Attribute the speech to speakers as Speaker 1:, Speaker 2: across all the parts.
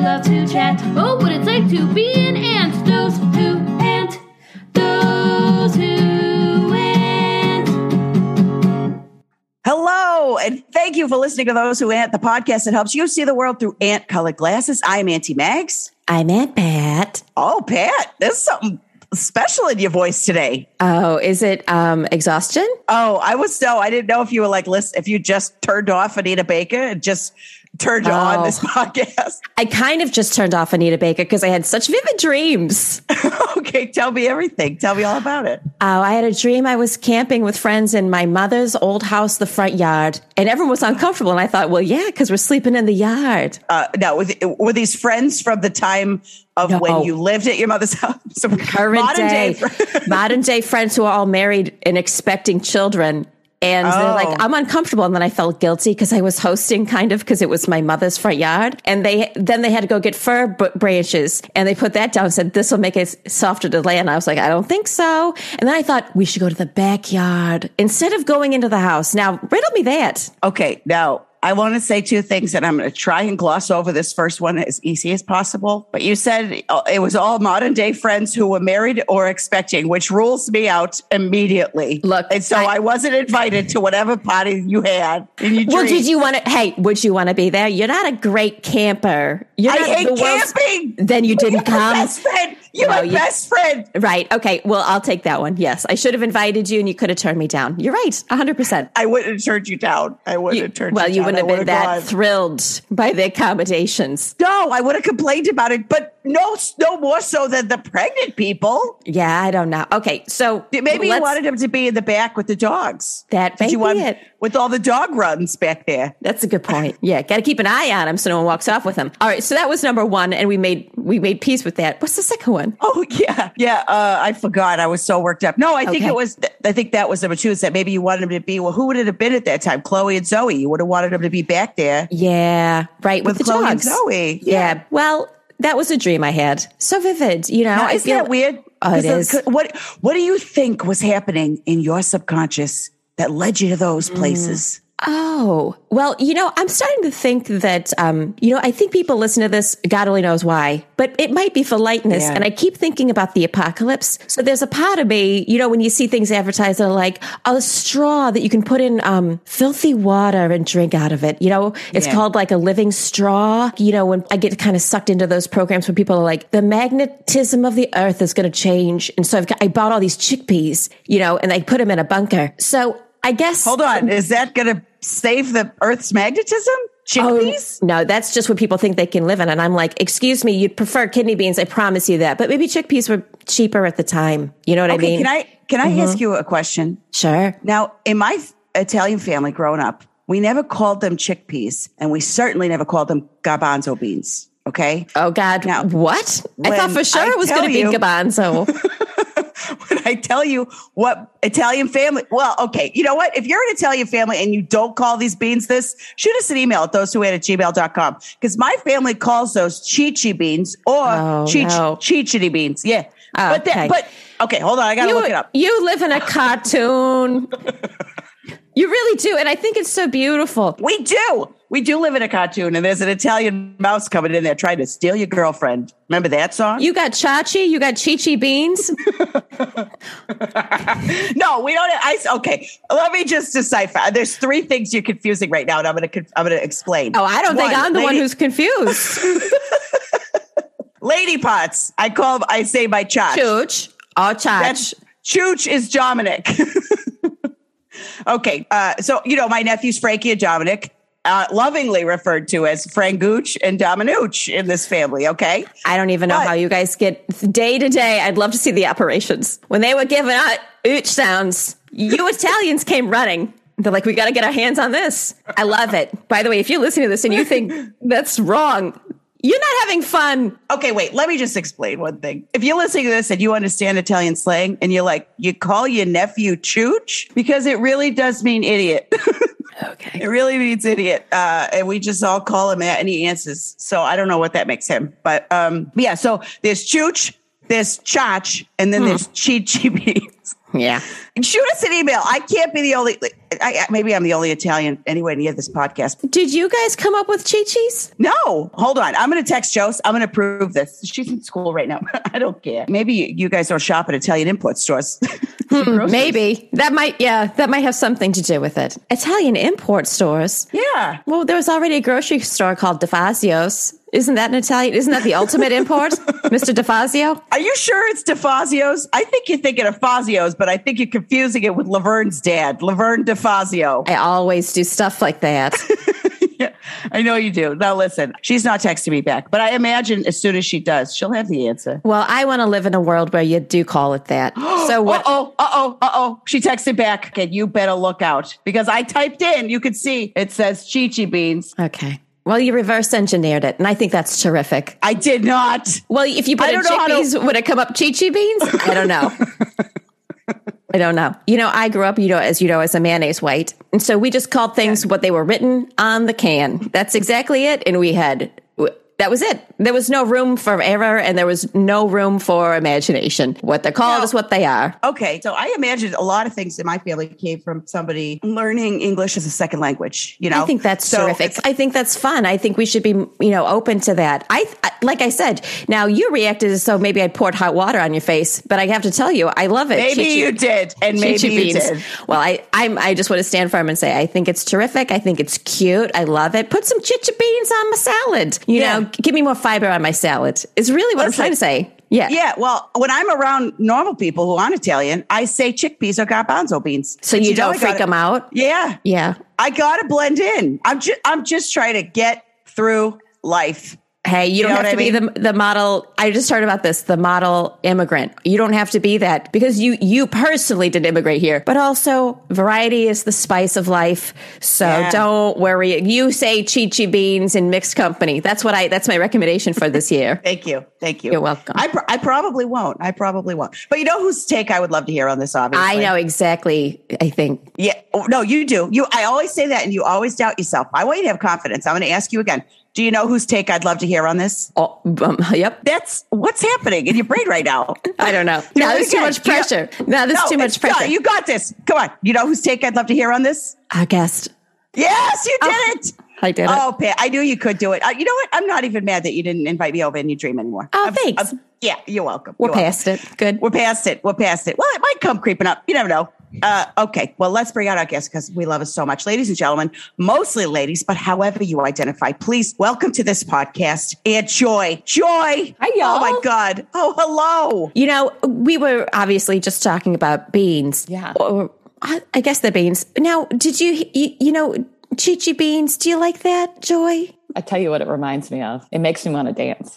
Speaker 1: chat. Oh, what it's like to be an ant. Those who ant. Those who ant.
Speaker 2: Hello, and thank you for listening to Those Who Ant, the podcast that helps you see the world through ant colored glasses. I'm Auntie Mags.
Speaker 3: I'm at Pat.
Speaker 2: Oh, Pat, there's something special in your voice today.
Speaker 3: Oh, is it um exhaustion?
Speaker 2: Oh, I was so I didn't know if you were like listen if you just turned off Anita Baker and just turned on
Speaker 3: Oh.
Speaker 2: this podcast.
Speaker 3: I kind of just turned off Anita Baker because I had such vivid dreams.
Speaker 2: okay, tell me everything. Tell me all about it.
Speaker 3: Oh, I had a dream I was camping with friends in my mother's old house, the front yard, and everyone was uncomfortable. And I thought, well, yeah, because we're sleeping in the yard.
Speaker 2: Uh, now, with, were these friends from the time of
Speaker 3: No.
Speaker 2: when you lived at your mother's house? So
Speaker 3: Current
Speaker 2: modern
Speaker 3: day, modern day friends who are all married and expecting children. And they're
Speaker 2: Oh.
Speaker 3: like, I'm uncomfortable. And then I felt guilty because I was hosting kind of because it was my mother's front yard. And they, then they had to go get fir b- branches and they put that down and said, this will make it softer to lay. And I was like, I don't think so. And then I thought we should go to the backyard instead of going into the house. Now riddle me that.
Speaker 2: Okay, now I want to say two things, and I'm going to try and gloss over this first one as easy as possible. But you said uh, it was all modern day friends who were married or expecting, which rules me out immediately.
Speaker 3: Look,
Speaker 2: and so I,
Speaker 3: I-
Speaker 2: wasn't invited to whatever party you had. And you
Speaker 3: Well, did you want to, hey, would you want to be there? You're not a great camper. You're
Speaker 2: I
Speaker 3: not
Speaker 2: hate
Speaker 3: the world's-
Speaker 2: camping.
Speaker 3: Then you
Speaker 2: You're
Speaker 3: didn't
Speaker 2: my
Speaker 3: come.
Speaker 2: best friend. You're
Speaker 3: No,
Speaker 2: my
Speaker 3: you-
Speaker 2: best friend.
Speaker 3: Right. Okay. Well, I'll take that one. Yes. I should have invited you and you could have turned me down. You're right. 100%.
Speaker 2: I wouldn't have turned you down. I wouldn't
Speaker 3: You-
Speaker 2: have turned.
Speaker 3: well,
Speaker 2: you,
Speaker 3: you
Speaker 2: down.
Speaker 3: wouldn't
Speaker 2: I
Speaker 3: have been
Speaker 2: would
Speaker 3: that
Speaker 2: gone.
Speaker 3: thrilled by the accommodations.
Speaker 2: no, I would have complained about it, but no, no more so than the pregnant people.
Speaker 3: Yeah, I don't know. Okay. So
Speaker 2: Maybe you
Speaker 3: let's-
Speaker 2: wanted him to be in the back with the dogs.
Speaker 3: That
Speaker 2: Did
Speaker 3: may
Speaker 2: you
Speaker 3: be
Speaker 2: want
Speaker 3: it.
Speaker 2: with all the dog runs back there?
Speaker 3: That's a good point. Yeah, got to keep an eye on him so no one walks off with him. All right, so that was number one, and we made we made peace with that. What's the second one?
Speaker 2: Oh yeah, yeah. Uh, I forgot. I was so worked up. No, I think
Speaker 3: Okay.
Speaker 2: it was. I think that was number two. Is that maybe you wanted him to be? Well, who would it have been at that time? Chloe and Zoe. You would have wanted him to be back there
Speaker 3: Yeah, right with,
Speaker 2: with,
Speaker 3: the
Speaker 2: Chloe
Speaker 3: dogs.
Speaker 2: and Zoe.
Speaker 3: Yeah. Well, that was a dream I had. So vivid. You know,
Speaker 2: Now,
Speaker 3: I
Speaker 2: isn't
Speaker 3: feel
Speaker 2: that weird?
Speaker 3: Oh,
Speaker 2: 'Cause
Speaker 3: it
Speaker 2: the-
Speaker 3: is.
Speaker 2: 'cause What What do you think was happening in your subconscious that led you to those
Speaker 3: Mm.
Speaker 2: places?
Speaker 3: Oh, well, you know, I'm starting to think that, um, you know, I think people listen to this, God only knows why, but it might be for lightness.
Speaker 2: Yeah.
Speaker 3: And I keep thinking about the apocalypse. So there's a part of me, you know, when you see things advertised that are like a straw that you can put in um, filthy water and drink out of it. You know, it's
Speaker 2: Yeah.
Speaker 3: called like a living straw. You know, when I get kind of sucked into those programs where people are like, the magnetism of the earth is going to change. And so I've got, I bought all these chickpeas, you know, and I put them in a bunker. So I guess.
Speaker 2: Hold on, is that going to save the Earth's magnetism?
Speaker 3: Oh,
Speaker 2: Chickpeas?
Speaker 3: no, that's just what people think they can live in. And I'm like, excuse me, you'd prefer kidney beans. I promise you that. But maybe chickpeas were cheaper at the time. You know what
Speaker 2: okay,
Speaker 3: I mean?
Speaker 2: can I Mm-hmm. can I ask you a question?
Speaker 3: sure.
Speaker 2: Now, in my f- Italian family growing up, we never called them chickpeas, and we certainly never called them garbanzo beans. Okay.
Speaker 3: Oh God.
Speaker 2: Now,
Speaker 3: what? I thought
Speaker 2: when
Speaker 3: for sure
Speaker 2: I
Speaker 3: it was
Speaker 2: tell
Speaker 3: going to be
Speaker 2: you-
Speaker 3: garbanzo.
Speaker 2: When I tell you what Italian family, well, okay, you know what? If you're an Italian family and you don't call these beans this, shoot us an email at those who at gmail.com because my family calls those chichi beans or
Speaker 3: Oh,
Speaker 2: chich-
Speaker 3: no.
Speaker 2: chichity beans. Yeah.
Speaker 3: Oh,
Speaker 2: but, that,
Speaker 3: okay.
Speaker 2: but, okay, hold on. I got to
Speaker 3: you,
Speaker 2: look it up.
Speaker 3: you live in a cartoon. you really do. And I think it's so beautiful.
Speaker 2: We do. We do live in a cartoon, and there's an Italian mouse coming in there trying to steal your girlfriend. Remember that song?
Speaker 3: You got chachi, you got chichi beans.
Speaker 2: no, we don't. I okay. Let me just decipher. There's three things you're confusing right now, and I'm gonna conf- I'm gonna explain.
Speaker 3: Oh, I don't think
Speaker 2: One,
Speaker 3: I'm the one
Speaker 2: lady-
Speaker 3: who's confused.
Speaker 2: lady pots. I call. I say my chach.
Speaker 3: Chooch. Oh, chach.
Speaker 2: That's chooch is Dominic. okay, uh, so you know my nephews Frankie and Dominic. Uh, lovingly referred to as Franguch and Dominuch in this family. Okay.
Speaker 3: I don't even know
Speaker 2: But-
Speaker 3: how you guys get day to day. I'd love to see the operations. When they were giving out ooch sounds, you Italians came running. They're like, we got to get our hands on this. I love it. By the way, if you're listening to this and you think that's wrong, you're not having fun.
Speaker 2: Okay, wait, let me just explain one thing. If you're listening to this and you understand Italian slang and you're like, you call your nephew chooch because it really does mean idiot. it
Speaker 3: Okay.
Speaker 2: really means idiot. Uh, and we just all call him that and he answers. So I don't know what that makes him. But um, yeah, so there's chooch, there's chach, and then there's chi chi beans.
Speaker 3: Yeah.
Speaker 2: Shoot us an email. I can't be the only. I, I, maybe I'm the only Italian anyway near this podcast.
Speaker 3: Did you guys come up with Chi-Chi's?
Speaker 2: No, hold on. I'm going to text Jose. I'm going to prove this. She's in school right now. I don't care. Maybe you, you guys don't shop at Italian import stores.
Speaker 3: Hmm, maybe that might, yeah, that might have something to do with it. Italian import stores.
Speaker 2: yeah.
Speaker 3: Well, there was already a grocery store called DeFazio's. Isn't that an Italian? Isn't that the ultimate import, Mr. DeFazio?
Speaker 2: Are you sure it's DeFazio's? I think you're thinking of Fazio's, but I think you're confusing it with Laverne's dad, Laverne DeFazio.
Speaker 3: I always do stuff like that.
Speaker 2: I know you do. Now listen, she's not texting me back, but I imagine as soon as she does, she'll have the answer.
Speaker 3: well, I want to live in a world where you do call it that. So
Speaker 2: Uh
Speaker 3: what?
Speaker 2: oh, uh oh, uh oh. She texted back, and you better look out because I typed in. You can see it says Chichi beans.
Speaker 3: Okay. Well, you reverse engineered it, and I think that's terrific.
Speaker 2: I did not.
Speaker 3: Well, if you put
Speaker 2: I
Speaker 3: in
Speaker 2: don't know how to-
Speaker 3: chickpeas, would it come up chichi beans? I don't know. I don't know. You know, I grew up, you know, as you know, as a mayonnaise white. And so we just called things what they were written on the can. That's exactly it. And we had, w- that was it. There was no room for error and there was no room for imagination. What they're called
Speaker 2: No.
Speaker 3: is what they are.
Speaker 2: Okay, so I imagine a lot of things in my family came from somebody learning English as a second language. You know,
Speaker 3: I think that's
Speaker 2: Oh, So
Speaker 3: terrific.
Speaker 2: it's-
Speaker 3: I think that's fun. I think we should be, you know, open to that. I, I like I said. Now you reacted as though maybe I poured hot water on your face, but I have to tell you, I love it.
Speaker 2: Maybe
Speaker 3: Chi-chi-
Speaker 2: you did, and maybe
Speaker 3: Chi-chi
Speaker 2: you
Speaker 3: beans.
Speaker 2: did.
Speaker 3: Well, I, I'm, I just want to stand firm and say I think it's terrific. I think it's cute. I love it. Put some chicha beans on my salad. You
Speaker 2: Yeah.
Speaker 3: know, give me more fiber on my salad. Is really what
Speaker 2: Listen.
Speaker 3: I'm trying to say. Yeah.
Speaker 2: Yeah, well, when I'm around normal people who aren't Italian, I say chickpeas or garbanzo beans.
Speaker 3: So
Speaker 2: But
Speaker 3: you,
Speaker 2: know
Speaker 3: don't
Speaker 2: I
Speaker 3: freak
Speaker 2: gotta-
Speaker 3: them out.
Speaker 2: Yeah,
Speaker 3: Yeah.
Speaker 2: I gotta blend in. I'm just, I'm just trying to get through life.
Speaker 3: Hey, you,
Speaker 2: know
Speaker 3: don't
Speaker 2: what
Speaker 3: have to
Speaker 2: I
Speaker 3: be the, the model. I just heard about this, the model immigrant. You don't have to be that because you, you personally did immigrate here, but also variety is the spice of life. So
Speaker 2: Yeah.
Speaker 3: don't worry. You say chichi beans in mixed company. That's what I, that's my recommendation for this year.
Speaker 2: Thank you, thank you.
Speaker 3: You're welcome.
Speaker 2: I, pro- I probably won't. I probably won't. But you know whose take I would love to hear on this? Obviously,
Speaker 3: I know exactly. I think
Speaker 2: Yeah. Oh, No, you do. You. I always say that, and you always doubt yourself. I want you to have confidence. I'm going to ask you again. Do you know whose take I'd love to hear on this?
Speaker 3: Oh, um, yep.
Speaker 2: That's what's happening in your brain right now.
Speaker 3: I don't know.
Speaker 2: Do
Speaker 3: Now
Speaker 2: it
Speaker 3: there's too
Speaker 2: again.
Speaker 3: much
Speaker 2: Do you know-
Speaker 3: pressure. Now there's
Speaker 2: No,
Speaker 3: too
Speaker 2: it's-
Speaker 3: much
Speaker 2: no,
Speaker 3: pressure.
Speaker 2: you got this. Come on. You know whose take I'd love to hear on this?
Speaker 3: Our guest.
Speaker 2: Yes, you did it.
Speaker 3: I Oh. did it.
Speaker 2: Oh, Pat, I knew you could do it. Uh, you know what? I'm not even mad that you didn't invite me over in your dream anymore.
Speaker 3: Oh,
Speaker 2: I'm-
Speaker 3: thanks.
Speaker 2: I'm- yeah, you're welcome.
Speaker 3: We're
Speaker 2: You're welcome.
Speaker 3: past it. Good.
Speaker 2: We're past it. We're past it. Well, it might come creeping up. You never know. Uh, okay. Well, let's bring out our guest because we love us so much. Ladies and gentlemen, mostly ladies, but however you identify, please welcome to this podcast, Aunt Joy. Joy.
Speaker 4: Hi, y'all.
Speaker 2: Oh, my God. Oh, hello.
Speaker 3: You know, we were obviously just talking about beans.
Speaker 4: Yeah.
Speaker 3: Or, I I guess they're beans. Now, did you, you, you know, chichi beans? Do you like that, Joy?
Speaker 4: I tell you what it reminds me of. It makes me want to dance.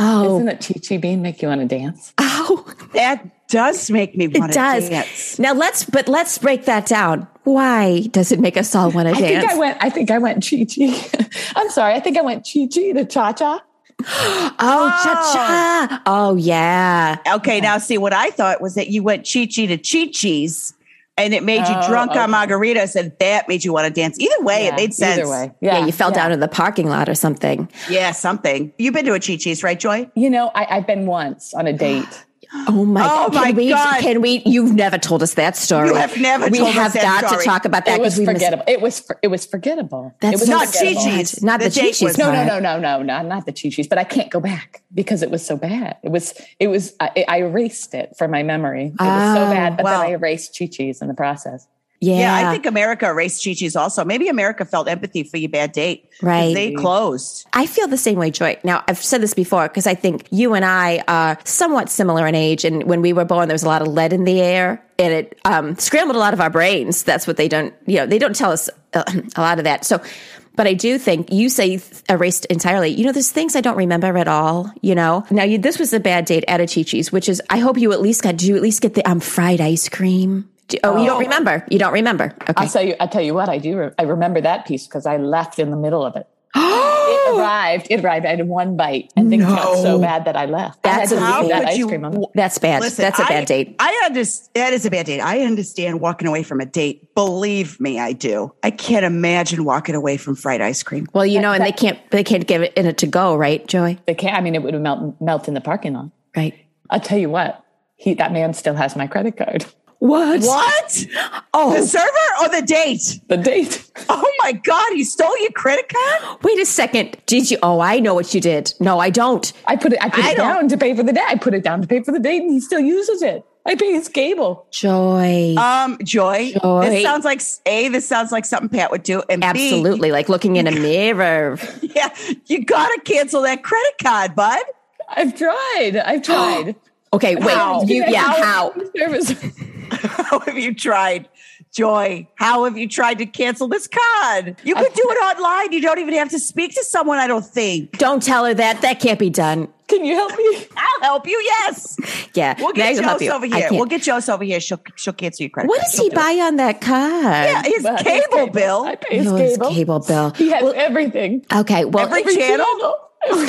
Speaker 3: Oh,
Speaker 4: Doesn't it Chi-Chi Bean make you want to dance?
Speaker 3: oh,
Speaker 2: That does make me
Speaker 3: it
Speaker 2: want to
Speaker 3: does.
Speaker 2: dance.
Speaker 3: Now let's, but let's break that down. Why does it make us all want to
Speaker 4: I think
Speaker 3: dance?
Speaker 4: I went I think I went Chi-Chi. I'm sorry. I think I went Chi-Chi to Cha-Cha.
Speaker 3: oh, cha cha. Oh, yeah.
Speaker 2: Okay. Now, see, what I thought was that you went Chi Chi to Chi Chi's and it made you
Speaker 4: Oh,
Speaker 2: drunk on
Speaker 4: okay.
Speaker 2: margaritas and that made you want to dance. Either way, it made sense.
Speaker 4: Either way.
Speaker 3: Yeah, you fell down in the parking lot or something.
Speaker 2: Yeah, something. You've been to a Chi Chi's, right, Joy?
Speaker 4: You know, I, I've been once on a date.
Speaker 3: Oh my!
Speaker 2: Oh,
Speaker 3: God.
Speaker 2: my
Speaker 3: can we,
Speaker 2: God.
Speaker 3: Can we? You've never told us that story.
Speaker 2: You have never
Speaker 3: We
Speaker 2: told us
Speaker 3: have
Speaker 2: that
Speaker 3: got
Speaker 2: story.
Speaker 3: to talk about that
Speaker 4: it was
Speaker 3: we missed-
Speaker 4: forgettable. It was for, it was forgettable.
Speaker 3: That's
Speaker 4: it was
Speaker 3: not
Speaker 2: Not Chi
Speaker 4: forgettable.
Speaker 3: Chi-Chi.
Speaker 2: Chi's.
Speaker 3: Not the
Speaker 2: date
Speaker 3: Chi-Chi's
Speaker 2: was-
Speaker 4: No, no,
Speaker 3: Right.
Speaker 4: no, no, no, no, not the Chi-Chi's, but I can't go back because it was so bad. It was, it was, I, I erased it from my memory. It was so
Speaker 3: Oh,
Speaker 4: bad, but
Speaker 2: wow.
Speaker 4: then I erased Chi-Chi's in the process.
Speaker 3: Yeah,
Speaker 2: Yeah, I think America erased Chi Chi's also. Maybe America felt empathy for your bad date. 'cause
Speaker 3: Right.
Speaker 2: They closed.
Speaker 3: I feel the same way, Joy. Now, I've said this before because I think you and I are somewhat similar in age. And when we were born, there was a lot of lead in the air and it um, scrambled a lot of our brains. That's what they don't, you know, they don't tell us uh, a lot of that. So, but I do think you say erased entirely. You know, there's things I don't remember at all, you know? Now, you, this was a bad date at a Chi Chi's, which is, I hope you at least got, did you at least get the um, fried ice cream? Do- Oh, you don't remember. You don't remember. Okay.
Speaker 4: I'll tell you. I tell you what. I do. Re- I remember that piece because I left in the middle of it. it arrived. It arrived. I had one bite, and things got so bad that I left. I had
Speaker 3: That's
Speaker 4: to
Speaker 3: amazing.
Speaker 4: leave that
Speaker 2: How
Speaker 4: ice
Speaker 2: could
Speaker 4: cream. on
Speaker 2: you-
Speaker 4: the-
Speaker 3: That's bad.
Speaker 2: Listen,
Speaker 3: That's a
Speaker 2: I-
Speaker 3: bad date.
Speaker 2: I understand. That is a bad date. I understand walking away from a date. Believe me, I do. I can't imagine walking away from fried ice cream.
Speaker 3: Well, you know, and they can't they can't give it in a to go, right, Joy?
Speaker 4: They can't. I mean, it would melt melt in the parking lot.
Speaker 3: Right.
Speaker 4: I'll tell you what. He that man still has my credit card.
Speaker 3: What?
Speaker 2: What? The
Speaker 3: Oh,
Speaker 2: server or the date?
Speaker 4: The date.
Speaker 2: Oh my God, he stole your credit card?
Speaker 3: wait a second. Did you? Oh, I know what you did. No, I don't.
Speaker 4: I put it. I put
Speaker 2: I
Speaker 4: it
Speaker 2: don't-
Speaker 4: down to pay for the date. I put it down to pay for the date, and he still uses it. I pay his cable.
Speaker 3: Joy.
Speaker 2: Um, Joy,
Speaker 3: Joy.
Speaker 2: this sounds like A, this sounds like something Pat would do. And B,
Speaker 3: Absolutely. Like looking in a mirror.
Speaker 2: yeah, you gotta cancel that credit card, bud.
Speaker 4: I've tried. I've
Speaker 2: Oh,
Speaker 4: tried.
Speaker 3: Okay, wait.
Speaker 2: How?
Speaker 3: You, yeah, how?
Speaker 4: Service.
Speaker 2: How have you tried? Joy, how have you tried to cancel this card? You could do it online. You don't even have to speak to someone, I don't think.
Speaker 3: Don't tell her that. That can't be done.
Speaker 4: Can you help me?
Speaker 2: I'll help you, yes.
Speaker 3: Yeah.
Speaker 2: We'll get
Speaker 3: Mags will help
Speaker 2: Joyce
Speaker 3: you.
Speaker 2: over
Speaker 3: I
Speaker 2: here.
Speaker 3: can't.
Speaker 2: We'll get Joyce over here. She'll she'll cancel your credit
Speaker 3: what
Speaker 2: card.
Speaker 3: does he buy on that card?
Speaker 2: Yeah, his
Speaker 4: But
Speaker 2: cable, bill.
Speaker 4: I pay his
Speaker 3: Oh, his
Speaker 4: cable.
Speaker 3: cable bill.
Speaker 4: He has everything.
Speaker 3: Okay, well,
Speaker 2: Every channel?
Speaker 4: Every,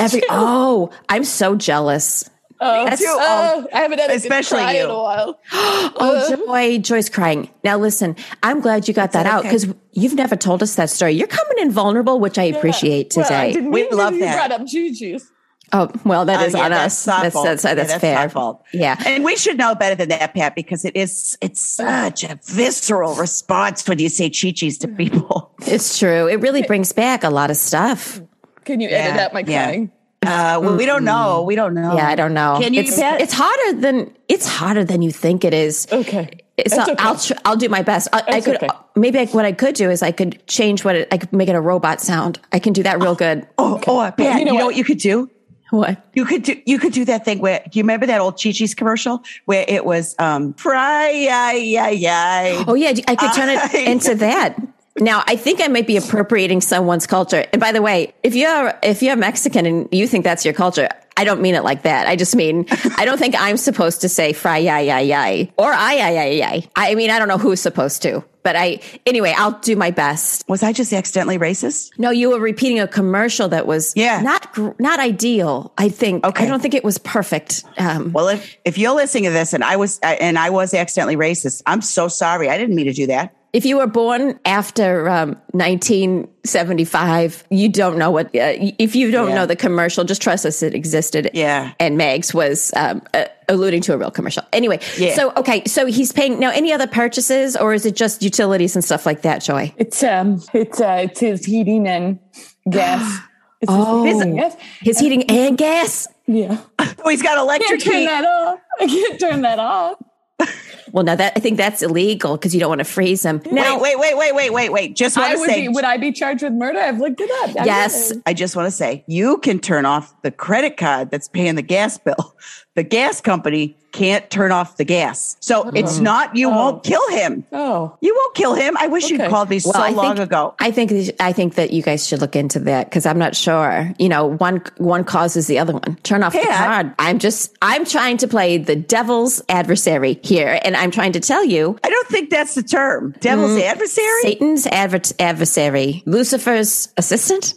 Speaker 3: every- oh, I'm so jealous.
Speaker 4: oh,
Speaker 2: too.
Speaker 4: oh, I haven't had a good
Speaker 2: Especially
Speaker 4: cry
Speaker 2: you.
Speaker 4: in a while.
Speaker 2: Uh-huh.
Speaker 3: Oh, Joy, Joy's crying. Now, listen, I'm glad you got that out
Speaker 2: okay.
Speaker 3: because you've never told us that story. You're coming in vulnerable, which I appreciate
Speaker 4: Well, I
Speaker 3: today.
Speaker 4: didn't
Speaker 2: We
Speaker 4: mean to.
Speaker 2: love
Speaker 4: You
Speaker 2: that.
Speaker 4: brought up Juju's.
Speaker 3: oh, well, that
Speaker 2: Oh,
Speaker 3: is
Speaker 2: yeah,
Speaker 3: on us.
Speaker 2: our
Speaker 3: That's
Speaker 2: fault.
Speaker 3: that's,
Speaker 2: Yeah,
Speaker 3: that's, fair.
Speaker 2: my fault.
Speaker 3: Yeah.
Speaker 2: and we should know better than that, Pat, because it is it's such a visceral response when you say chichis to people.
Speaker 3: It's true. It really brings back a lot of stuff.
Speaker 4: Can you edit
Speaker 2: Yeah,
Speaker 4: out my
Speaker 2: yeah.
Speaker 4: crying?
Speaker 2: Uh, well, we don't know. We don't know.
Speaker 3: Yeah, I don't know.
Speaker 2: Oh. Can you,
Speaker 3: it's,
Speaker 2: Pat?
Speaker 3: it's harder than it's harder than you think it is.
Speaker 4: Okay.
Speaker 3: It's
Speaker 4: That's
Speaker 3: not-
Speaker 4: okay.
Speaker 3: I'll tr- I'll do my best. I, I
Speaker 4: That's
Speaker 3: could
Speaker 4: okay.
Speaker 3: maybe I, what I could do is I could change what it, I could make it a robot sound. I can do that real good.
Speaker 2: oh, oh, Pat, you know, what? you could do?
Speaker 3: What?
Speaker 2: You could do you could do that thing where do you remember that old Chi-Chi's commercial where it was um fry yeah yeah yeah
Speaker 3: Oh yeah, I could turn it into that. Now I think I might be appropriating someone's culture. And by the way, if you're if you're Mexican and you think that's your culture, I don't mean it like that. I just mean I don't think I'm supposed to say fry yay yay yay or I yay yay yay. I mean I don't know who's supposed to, but I anyway I'll do my best.
Speaker 2: was I just accidentally racist?
Speaker 3: No, you were repeating a commercial that was
Speaker 2: Yeah.
Speaker 3: not gr- not ideal. I think
Speaker 2: Okay.
Speaker 3: I don't think it was perfect. Um,
Speaker 2: Well, if if you're listening to this and I was uh, and I was accidentally racist, I'm so sorry. I didn't mean to do that.
Speaker 3: if you were born after um, 1975, you don't know what. Uh, if you don't
Speaker 2: Yeah.
Speaker 3: know the commercial, just trust us. It existed.
Speaker 2: Yeah.
Speaker 3: And Meg's was um, uh, alluding to a real commercial. Anyway.
Speaker 2: Yeah.
Speaker 3: So okay. So he's paying now. Any other purchases, or is it just utilities and stuff like that? Joy.
Speaker 4: It's um, it's uh, it's his heating and gas. It's
Speaker 3: Oh.
Speaker 4: his heating and gas.
Speaker 3: His heating and gas.
Speaker 4: Yeah, I
Speaker 2: Oh, he's got
Speaker 4: can't
Speaker 2: electric
Speaker 4: turn
Speaker 2: heat.
Speaker 4: that off. I can't turn that off.
Speaker 3: Well, now that I think that's illegal because you don't want to freeze him. Now,
Speaker 2: Wait, wait, wait, wait, wait, wait, wait. Just want
Speaker 4: I
Speaker 2: to
Speaker 4: would
Speaker 2: say,
Speaker 4: be. Would I be charged with murder? I've looked it up. I
Speaker 3: yes.
Speaker 4: wouldn't.
Speaker 2: I just want to say, you can turn off the credit card that's paying the gas bill. The gas company can't turn off the gas, so it's not you won't kill him.
Speaker 4: Oh,
Speaker 2: You won't kill him. I wish you'd
Speaker 4: Okay.
Speaker 2: called me so
Speaker 3: I
Speaker 2: long
Speaker 3: think,
Speaker 2: ago.
Speaker 3: I think I think that you guys should look into that because I'm not sure. You know, one one causes the other one. Turn off the
Speaker 2: Yeah.
Speaker 3: card. I'm just I'm trying to play the devil's adversary here, and I'm trying to tell you,
Speaker 2: I don't think that's the term. Devil's adversary.
Speaker 3: Satan's adver- adversary, Lucifer's assistant.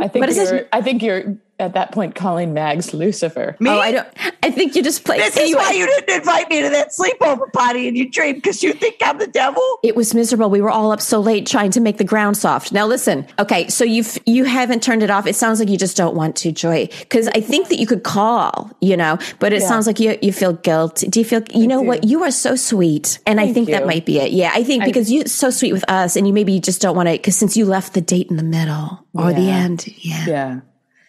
Speaker 4: I think.
Speaker 3: But is this-
Speaker 4: you're, I think you're at that point calling Mags Lucifer.
Speaker 2: Me?
Speaker 3: Oh, I don't. I think you just playing.
Speaker 2: this is why you didn't invite me to that sleepover party in your dream because you think I'm the devil.
Speaker 3: It was miserable. We were all up so late trying to make the ground soft. Now listen. Okay, so you've you haven't turned it off. It sounds like you just don't want to, Joy, because I think that you could call, you know, but it
Speaker 4: Yeah.
Speaker 3: sounds like you you feel guilty. Do you feel? You know what? You are so sweet, and I think that
Speaker 4: you.
Speaker 3: might be it. Yeah, I think because you're so sweet with us, and you maybe you just don't want to because since you left the date in the middle or the
Speaker 4: Yeah.
Speaker 3: end. Yeah, yeah.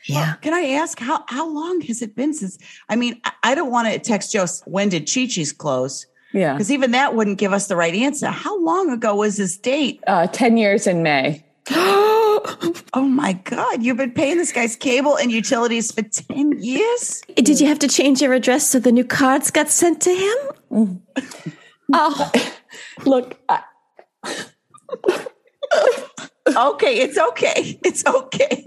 Speaker 4: Yeah.
Speaker 2: Can I ask how how long has it been since? I mean, I, I don't want to text Joe. When did Chi-Chi's close?
Speaker 4: Yeah.
Speaker 2: Because even that wouldn't give us the right answer. How long ago was this date?
Speaker 4: Uh, Ten years in May.
Speaker 2: Oh my God, you've been paying this guy's cable and utilities for 10 years?
Speaker 3: Did you have to change your address so the new cards got sent to him? Oh,
Speaker 4: Look, I,
Speaker 2: Okay, it's okay. It's okay.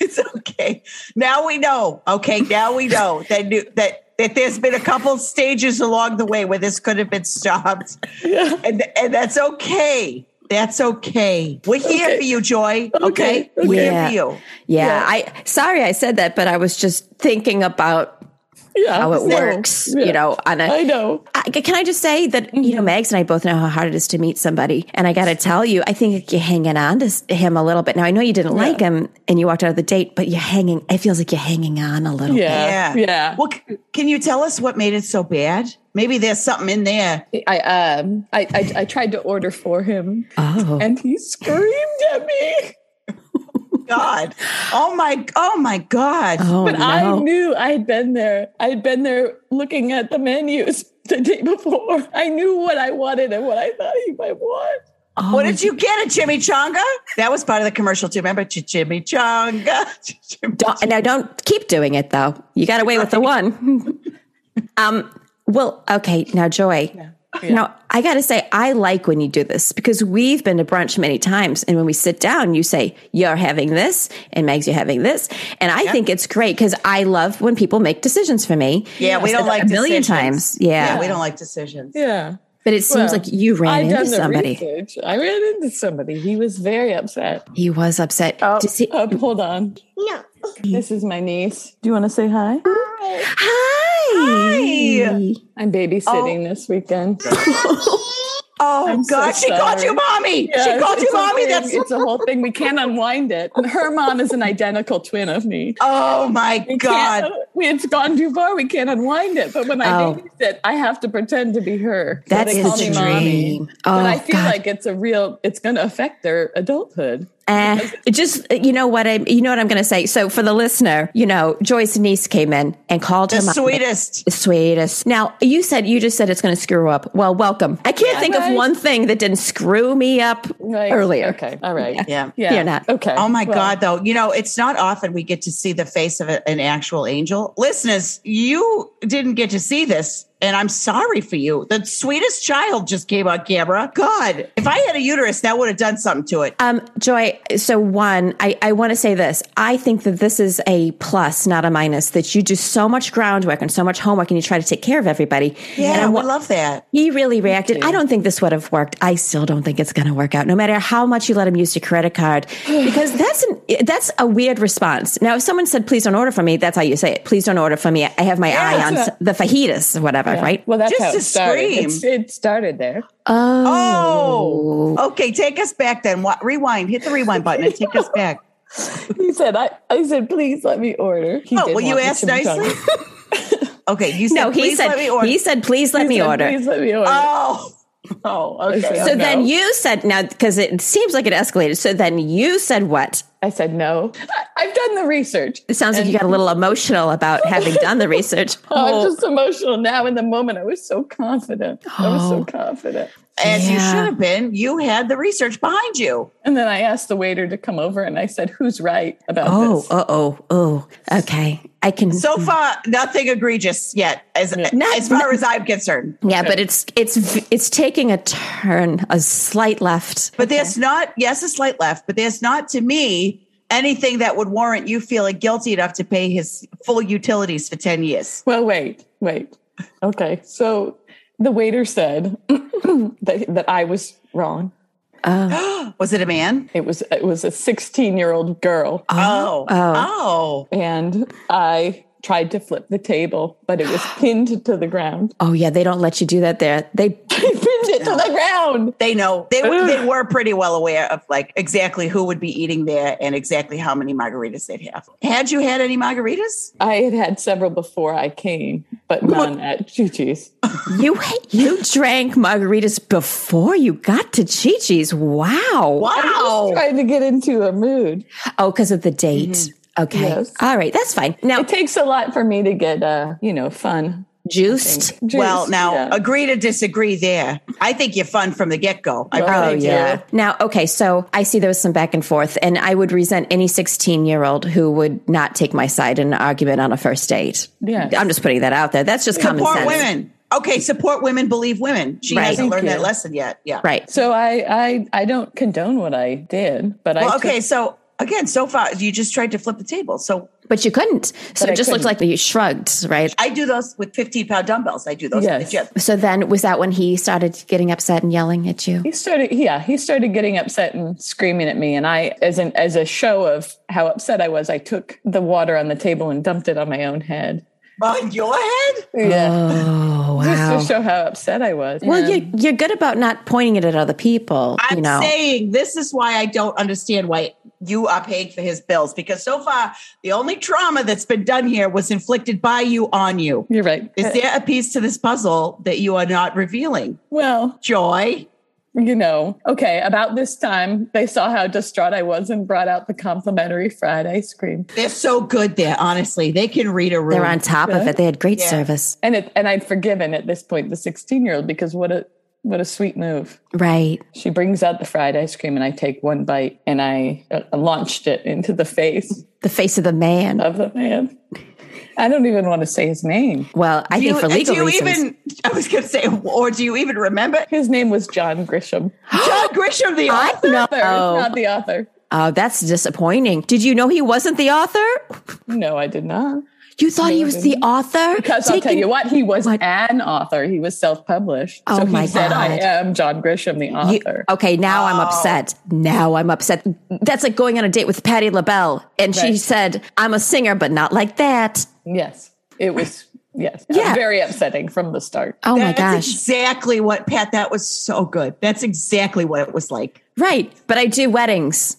Speaker 2: It's okay. Now we know. Okay, now we know that new, that that there's been a couple stages along the way where this could have been stopped. And and that's okay. That's okay. We're here for you, Joy. Okay? We're
Speaker 3: Yeah.
Speaker 2: here for you.
Speaker 3: Yeah, I sorry I said that, but I was just thinking about
Speaker 4: Yeah.
Speaker 3: how it
Speaker 4: No.
Speaker 3: works,
Speaker 4: Yeah.
Speaker 3: you know, on a
Speaker 4: I know.
Speaker 3: I, can I just say that you
Speaker 4: Mm-hmm.
Speaker 3: know Mags and I both know how hard it is to meet somebody, and I got to tell you, I think you're hanging on to s- him a little bit. Now I know you didn't like him and you walked out of the date, but you're hanging. It feels like you're hanging on a little. bit.
Speaker 4: Yeah. Yeah.
Speaker 2: Well, c- can you tell us what made it so bad? Maybe there's something in there.
Speaker 4: I um I, I I tried to order for him
Speaker 3: Oh,
Speaker 4: and he screamed at me.
Speaker 2: God. Oh my. Oh my God.
Speaker 3: oh
Speaker 4: But
Speaker 3: no.
Speaker 4: I knew I had been there. I had been there looking at the menus the day before. I knew what I wanted and what I thought he might want.
Speaker 3: Oh,
Speaker 2: What did you get? A chimichanga? That was part of the commercial too. Remember Ch- chimichanga? Chimichanga.
Speaker 3: Don't, now don't keep doing it though. You got away with the one. um. Well, okay. Now, Joy. Now, I got to say, I like when you do this because we've been to brunch many times. And when we sit down, you say, You're having this, and Megs, you're having this. And I think it's great because I love when people make decisions for me.
Speaker 2: Yeah, we don't
Speaker 3: I've said that
Speaker 2: like
Speaker 3: a million
Speaker 2: decisions.
Speaker 3: times. Yeah.
Speaker 2: we don't like decisions.
Speaker 4: Yeah.
Speaker 3: but it seems
Speaker 4: Well,
Speaker 3: like you ran
Speaker 4: I
Speaker 3: into
Speaker 4: done the
Speaker 3: somebody.
Speaker 4: research. I ran into somebody. He was very upset.
Speaker 3: He was upset. Does he-
Speaker 4: Oh, hold on.
Speaker 1: No.
Speaker 4: This is my niece. Do you want to say hi?
Speaker 3: Hi.
Speaker 4: I'm babysitting this weekend.
Speaker 2: Oh
Speaker 4: I'm so
Speaker 2: God, she called
Speaker 4: sorry.
Speaker 2: you mommy.
Speaker 4: Yeah,
Speaker 2: she called you
Speaker 4: it's a
Speaker 2: mommy.
Speaker 4: thing.
Speaker 2: That's
Speaker 4: it's a whole thing. We can't unwind it. Her mom is an identical twin of me.
Speaker 2: oh my
Speaker 4: We
Speaker 2: God.
Speaker 4: can't- we, it's gone too far. We can't unwind it. But when I
Speaker 3: Oh.
Speaker 4: babysit, I have to pretend to be her. So
Speaker 3: That's
Speaker 4: they
Speaker 3: the
Speaker 4: call me mommy.
Speaker 3: dream.
Speaker 4: but
Speaker 3: Oh,
Speaker 4: I feel
Speaker 3: God.
Speaker 4: like it's a real. It's going to affect their adulthood.
Speaker 3: Uh, just you know what I you know what I'm going to say. So for the listener, you know, Joy's niece came in and called
Speaker 2: The
Speaker 3: him up.
Speaker 2: sweetest.
Speaker 3: The sweetest. Now you said you just said it's going to screw up. Well, welcome. I can't think
Speaker 4: Right.
Speaker 3: of one thing that didn't screw me up
Speaker 4: Right.
Speaker 3: earlier.
Speaker 4: Okay. All right. Yeah.
Speaker 2: Yeah.
Speaker 3: You're not.
Speaker 4: Okay.
Speaker 2: Oh my
Speaker 4: Well,
Speaker 2: God, though. You know, it's not often we get to see the face of a- an actual angel. Listeners, you didn't get to see this. And I'm sorry for you. The sweetest child just came on camera. God, if I had a uterus, that would have done something to it.
Speaker 3: Um, Joy, so one, I, I want to say this. I think that this is a plus, not a minus, that you do so much groundwork and so much homework and you try to take care of everybody. and
Speaker 2: Yeah,
Speaker 3: I
Speaker 2: we
Speaker 3: wa-
Speaker 2: love that.
Speaker 3: He really reacted. I don't think this would have worked. I still don't think it's going to work out, no matter how much you let him use your credit card, because that's an, that's a weird response. Now, if someone said, "Please don't order for me," that's how you say it. Please don't order for me. I have my eye on
Speaker 4: that's
Speaker 3: s- the fajitas or whatever, right?
Speaker 4: Well, that's
Speaker 2: Just
Speaker 4: how
Speaker 2: to
Speaker 4: it started.
Speaker 2: scream.
Speaker 4: It's- It started there.
Speaker 2: Oh, okay. Take us back then. Wa- Rewind. Hit the rewind button and take us back.
Speaker 4: He said, "I." I said, "Please let me order." He
Speaker 2: Oh,
Speaker 4: did
Speaker 2: well, you
Speaker 4: want the
Speaker 2: asked nicely.
Speaker 4: chimichanga.
Speaker 2: okay, you said.
Speaker 3: no, he
Speaker 2: "Please
Speaker 3: said.
Speaker 2: Let me order.
Speaker 3: He said, "Please let
Speaker 4: He
Speaker 3: me
Speaker 4: said,
Speaker 3: order."
Speaker 4: Please let me order.
Speaker 2: oh, oh, okay.
Speaker 4: said,
Speaker 3: so
Speaker 4: no.
Speaker 3: then you said now because it seems like it escalated. So then you said what?
Speaker 4: I said no. I, I've done the research.
Speaker 3: It sounds like you got a little emotional about having done the research.
Speaker 4: Oh, I'm just emotional now. In the moment, I was so confident. I was so
Speaker 3: Oh.
Speaker 4: confident.
Speaker 2: As you
Speaker 3: Yeah.
Speaker 2: should have been. You had the research behind you.
Speaker 4: And then I asked the waiter to come over, and I said, "Who's right about
Speaker 3: Oh,
Speaker 4: this?"
Speaker 3: oh, oh, oh. Okay, I can.
Speaker 2: So far, nothing egregious yet, as
Speaker 3: Mm-hmm. Not-
Speaker 2: as far as I'm concerned.
Speaker 3: Yeah, but it's it's v- it's taking a turn, a slight left.
Speaker 2: But there's not. Yes, a slight left, but there's not to me anything that would warrant you feeling guilty enough to pay his full utilities for ten years.
Speaker 4: Well, wait, wait. Okay, so the waiter said that that I was wrong.
Speaker 3: Oh,
Speaker 2: Was it a man?
Speaker 4: It was it was a 16 year old girl,
Speaker 2: Oh, oh,
Speaker 4: and I tried to flip the table, but it was pinned to the ground.
Speaker 3: oh yeah, they don't let you do that there. They
Speaker 4: I pinned it to the ground.
Speaker 2: they know they
Speaker 4: Uh.
Speaker 2: were they were pretty well aware of like exactly who would be eating there and exactly how many margaritas they'd have. Had you had any margaritas?
Speaker 4: I had had several before I came, but none at Gigi's.
Speaker 2: Oh.
Speaker 3: you you drank margaritas before you got to Chi Chi's. Wow.
Speaker 4: Just
Speaker 2: Wow.
Speaker 4: Trying to get into a mood.
Speaker 3: Oh, because of the date. Okay.
Speaker 4: Yes.
Speaker 3: All right, that's fine. Now
Speaker 4: It takes a lot for me to get, uh, you know, fun.
Speaker 3: juiced.
Speaker 4: Juice,
Speaker 2: Well, now
Speaker 4: yeah.
Speaker 2: agree to disagree there. I think you're fun from the get go. I
Speaker 4: Well,
Speaker 2: really
Speaker 4: thank
Speaker 2: do.
Speaker 3: Oh,
Speaker 4: you.
Speaker 3: Now, okay, so I see there was some back and forth, and I would resent any 16 year old who would not take my side in an argument on a first date.
Speaker 4: Yes.
Speaker 3: I'm just putting that out there. That's just common
Speaker 2: Support
Speaker 3: sense.
Speaker 2: women. Okay, support women, believe women. She
Speaker 3: Right.
Speaker 2: hasn't
Speaker 4: Thank
Speaker 2: learned that
Speaker 4: you.
Speaker 2: lesson yet. Yeah.
Speaker 3: Right.
Speaker 4: So I, I, I don't condone what I did, but I
Speaker 2: Well,
Speaker 4: took-
Speaker 2: okay, so again, so far you just tried to flip the table. So
Speaker 3: But you couldn't. So
Speaker 4: But I
Speaker 3: it just looked like you shrugged, right?
Speaker 2: I do those with 15 pound dumbbells. I do those at
Speaker 4: Yes.
Speaker 2: the gym.
Speaker 3: So then was that when he started getting upset and yelling at you?
Speaker 4: he started, yeah, he started getting upset and screaming at me, and I, as an as a show of how upset I was, I took the water on the table and dumped it on my own head.
Speaker 2: on your head?
Speaker 4: Yeah.
Speaker 3: Oh,
Speaker 4: Just
Speaker 3: wow.
Speaker 4: to show how upset I was.
Speaker 3: Well, you're, you're good about not pointing it at other people,
Speaker 2: I'm
Speaker 3: you know.
Speaker 2: saying this is why I don't understand why you are paying for his bills because so far the only trauma that's been done here was inflicted by you on you.
Speaker 4: You're right.
Speaker 3: Uh,
Speaker 2: Is there a piece to this puzzle that you are not revealing?
Speaker 4: Well,
Speaker 2: Joy.
Speaker 4: you know, okay, about this time, they saw how distraught I was and brought out the complimentary fried ice cream.
Speaker 2: They're so good there, honestly. They can read a room.
Speaker 3: They're on top of it. They had great service.
Speaker 4: And it, and I'd forgiven at this point the 16 year old because what a what a sweet move.
Speaker 3: Right.
Speaker 4: She brings out the fried ice cream and I take one bite and I uh, launched it into the face
Speaker 3: The face of the man.
Speaker 4: of the man. I don't even want to say his name.
Speaker 3: Well, I
Speaker 2: Do
Speaker 3: think
Speaker 2: you-
Speaker 3: for legal
Speaker 2: do you
Speaker 3: reasons.
Speaker 2: even I was gonna say, or do you even remember?
Speaker 4: His name was John Grisham.
Speaker 2: John Grisham, the
Speaker 3: I
Speaker 2: author.
Speaker 3: know.
Speaker 4: Author, not the author.
Speaker 3: Oh, that's disappointing. Did you know he wasn't the author?
Speaker 4: No, I did not.
Speaker 3: You thought he was the author?
Speaker 4: Because I'll tell you what, he was an author. He was self-published.
Speaker 3: Oh
Speaker 4: so he
Speaker 3: my
Speaker 4: said, "I
Speaker 3: God.
Speaker 4: am John Grisham, the
Speaker 3: You-
Speaker 4: author."
Speaker 3: okay, now I'm upset. Now I'm upset. That's like going on a date with Patti LaBelle, and she
Speaker 4: Right.
Speaker 3: said, "I'm a singer, but not like that."
Speaker 4: yes, it was. Yes,
Speaker 3: Yeah.
Speaker 4: very upsetting from the start.
Speaker 3: Oh my
Speaker 2: That's
Speaker 3: gosh!
Speaker 2: exactly what Pat. That was so good. That's exactly what it was like.
Speaker 3: right, but I do weddings.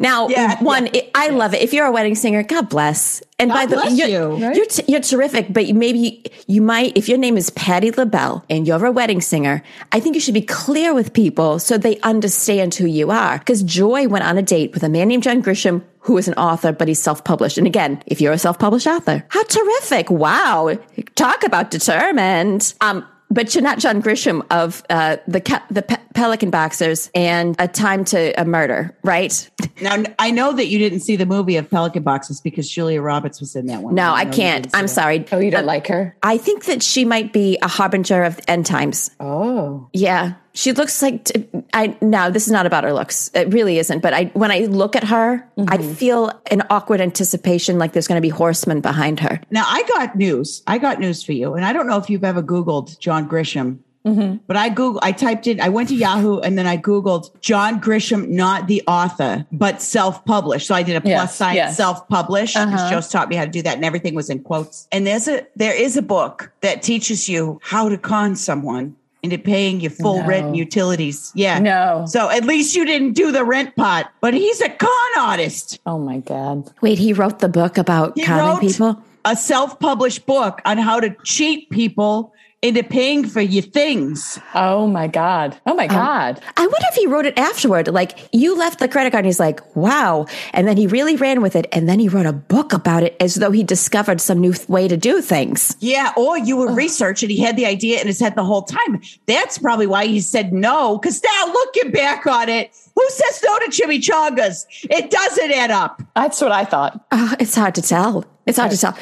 Speaker 3: Now,
Speaker 2: Yeah,
Speaker 3: one, it- I love it. If you're a wedding singer, God bless. And by
Speaker 2: God
Speaker 3: the way,
Speaker 2: bless
Speaker 3: you're,
Speaker 2: you.
Speaker 3: are t- you're terrific, but maybe you might, if your name is Patty LaBelle and you're a wedding singer, I think you should be clear with people so they understand who you are. Because Joy went on a date with a man named John Grisham, who is an author, but he's self published. And again, if you're a self published author, how terrific. Wow. Talk about determined. Um, but you're not John Grisham of uh, the ca- the pe- Pelican Boxers and A Time to a Murder, right?
Speaker 2: Now n- I know that you didn't see the movie of Pelican Boxes because Julia Roberts was in that one.
Speaker 3: No, I
Speaker 2: know you
Speaker 3: can't.
Speaker 2: didn't see
Speaker 3: I'm
Speaker 2: that.
Speaker 3: sorry.
Speaker 4: Oh, you don't like her?
Speaker 3: I think that she might be a harbinger of end times.
Speaker 4: Oh,
Speaker 3: Yeah. She looks like t- I no, this is not about her looks. It really isn't, but I when I look at her, I feel an awkward anticipation like there's going to be horsemen behind her.
Speaker 2: Now I got news. I got news for you, and I don't know if you've ever Googled John Grisham,
Speaker 4: Mm-hmm.
Speaker 2: but I Google. I typed in. I went to Yahoo, and then I Googled John Grisham, not the author, but self-published. So I did a plus
Speaker 4: Yes,
Speaker 2: sign
Speaker 4: yes. Uh-huh.
Speaker 2: self-publish. because Joe's taught me how to do that, and everything was in quotes. And there's a there is a book that teaches you how to con someone into paying your full rent and utilities. Yeah,
Speaker 4: No.
Speaker 2: So at least you didn't do the rent pot. But he's a con artist.
Speaker 4: oh my God!
Speaker 3: Wait, he wrote the book about
Speaker 2: He
Speaker 3: common
Speaker 2: wrote
Speaker 3: people?
Speaker 2: a self-published book on how to cheat people into paying for your things.
Speaker 4: Oh my God! Oh my God!
Speaker 3: I wonder if he wrote it afterward. Like you left the credit card and he's like, wow. And then he really ran with it. And then he wrote a book about it as though he discovered some new th- way to do things.
Speaker 2: Yeah, or you were research and he had the idea in his head the whole time. That's probably why he said no. Because now looking back on it, who says no to chimichangas? It doesn't add up.
Speaker 4: That's what I thought.
Speaker 3: Oh, it's hard to tell. It's hard to tell.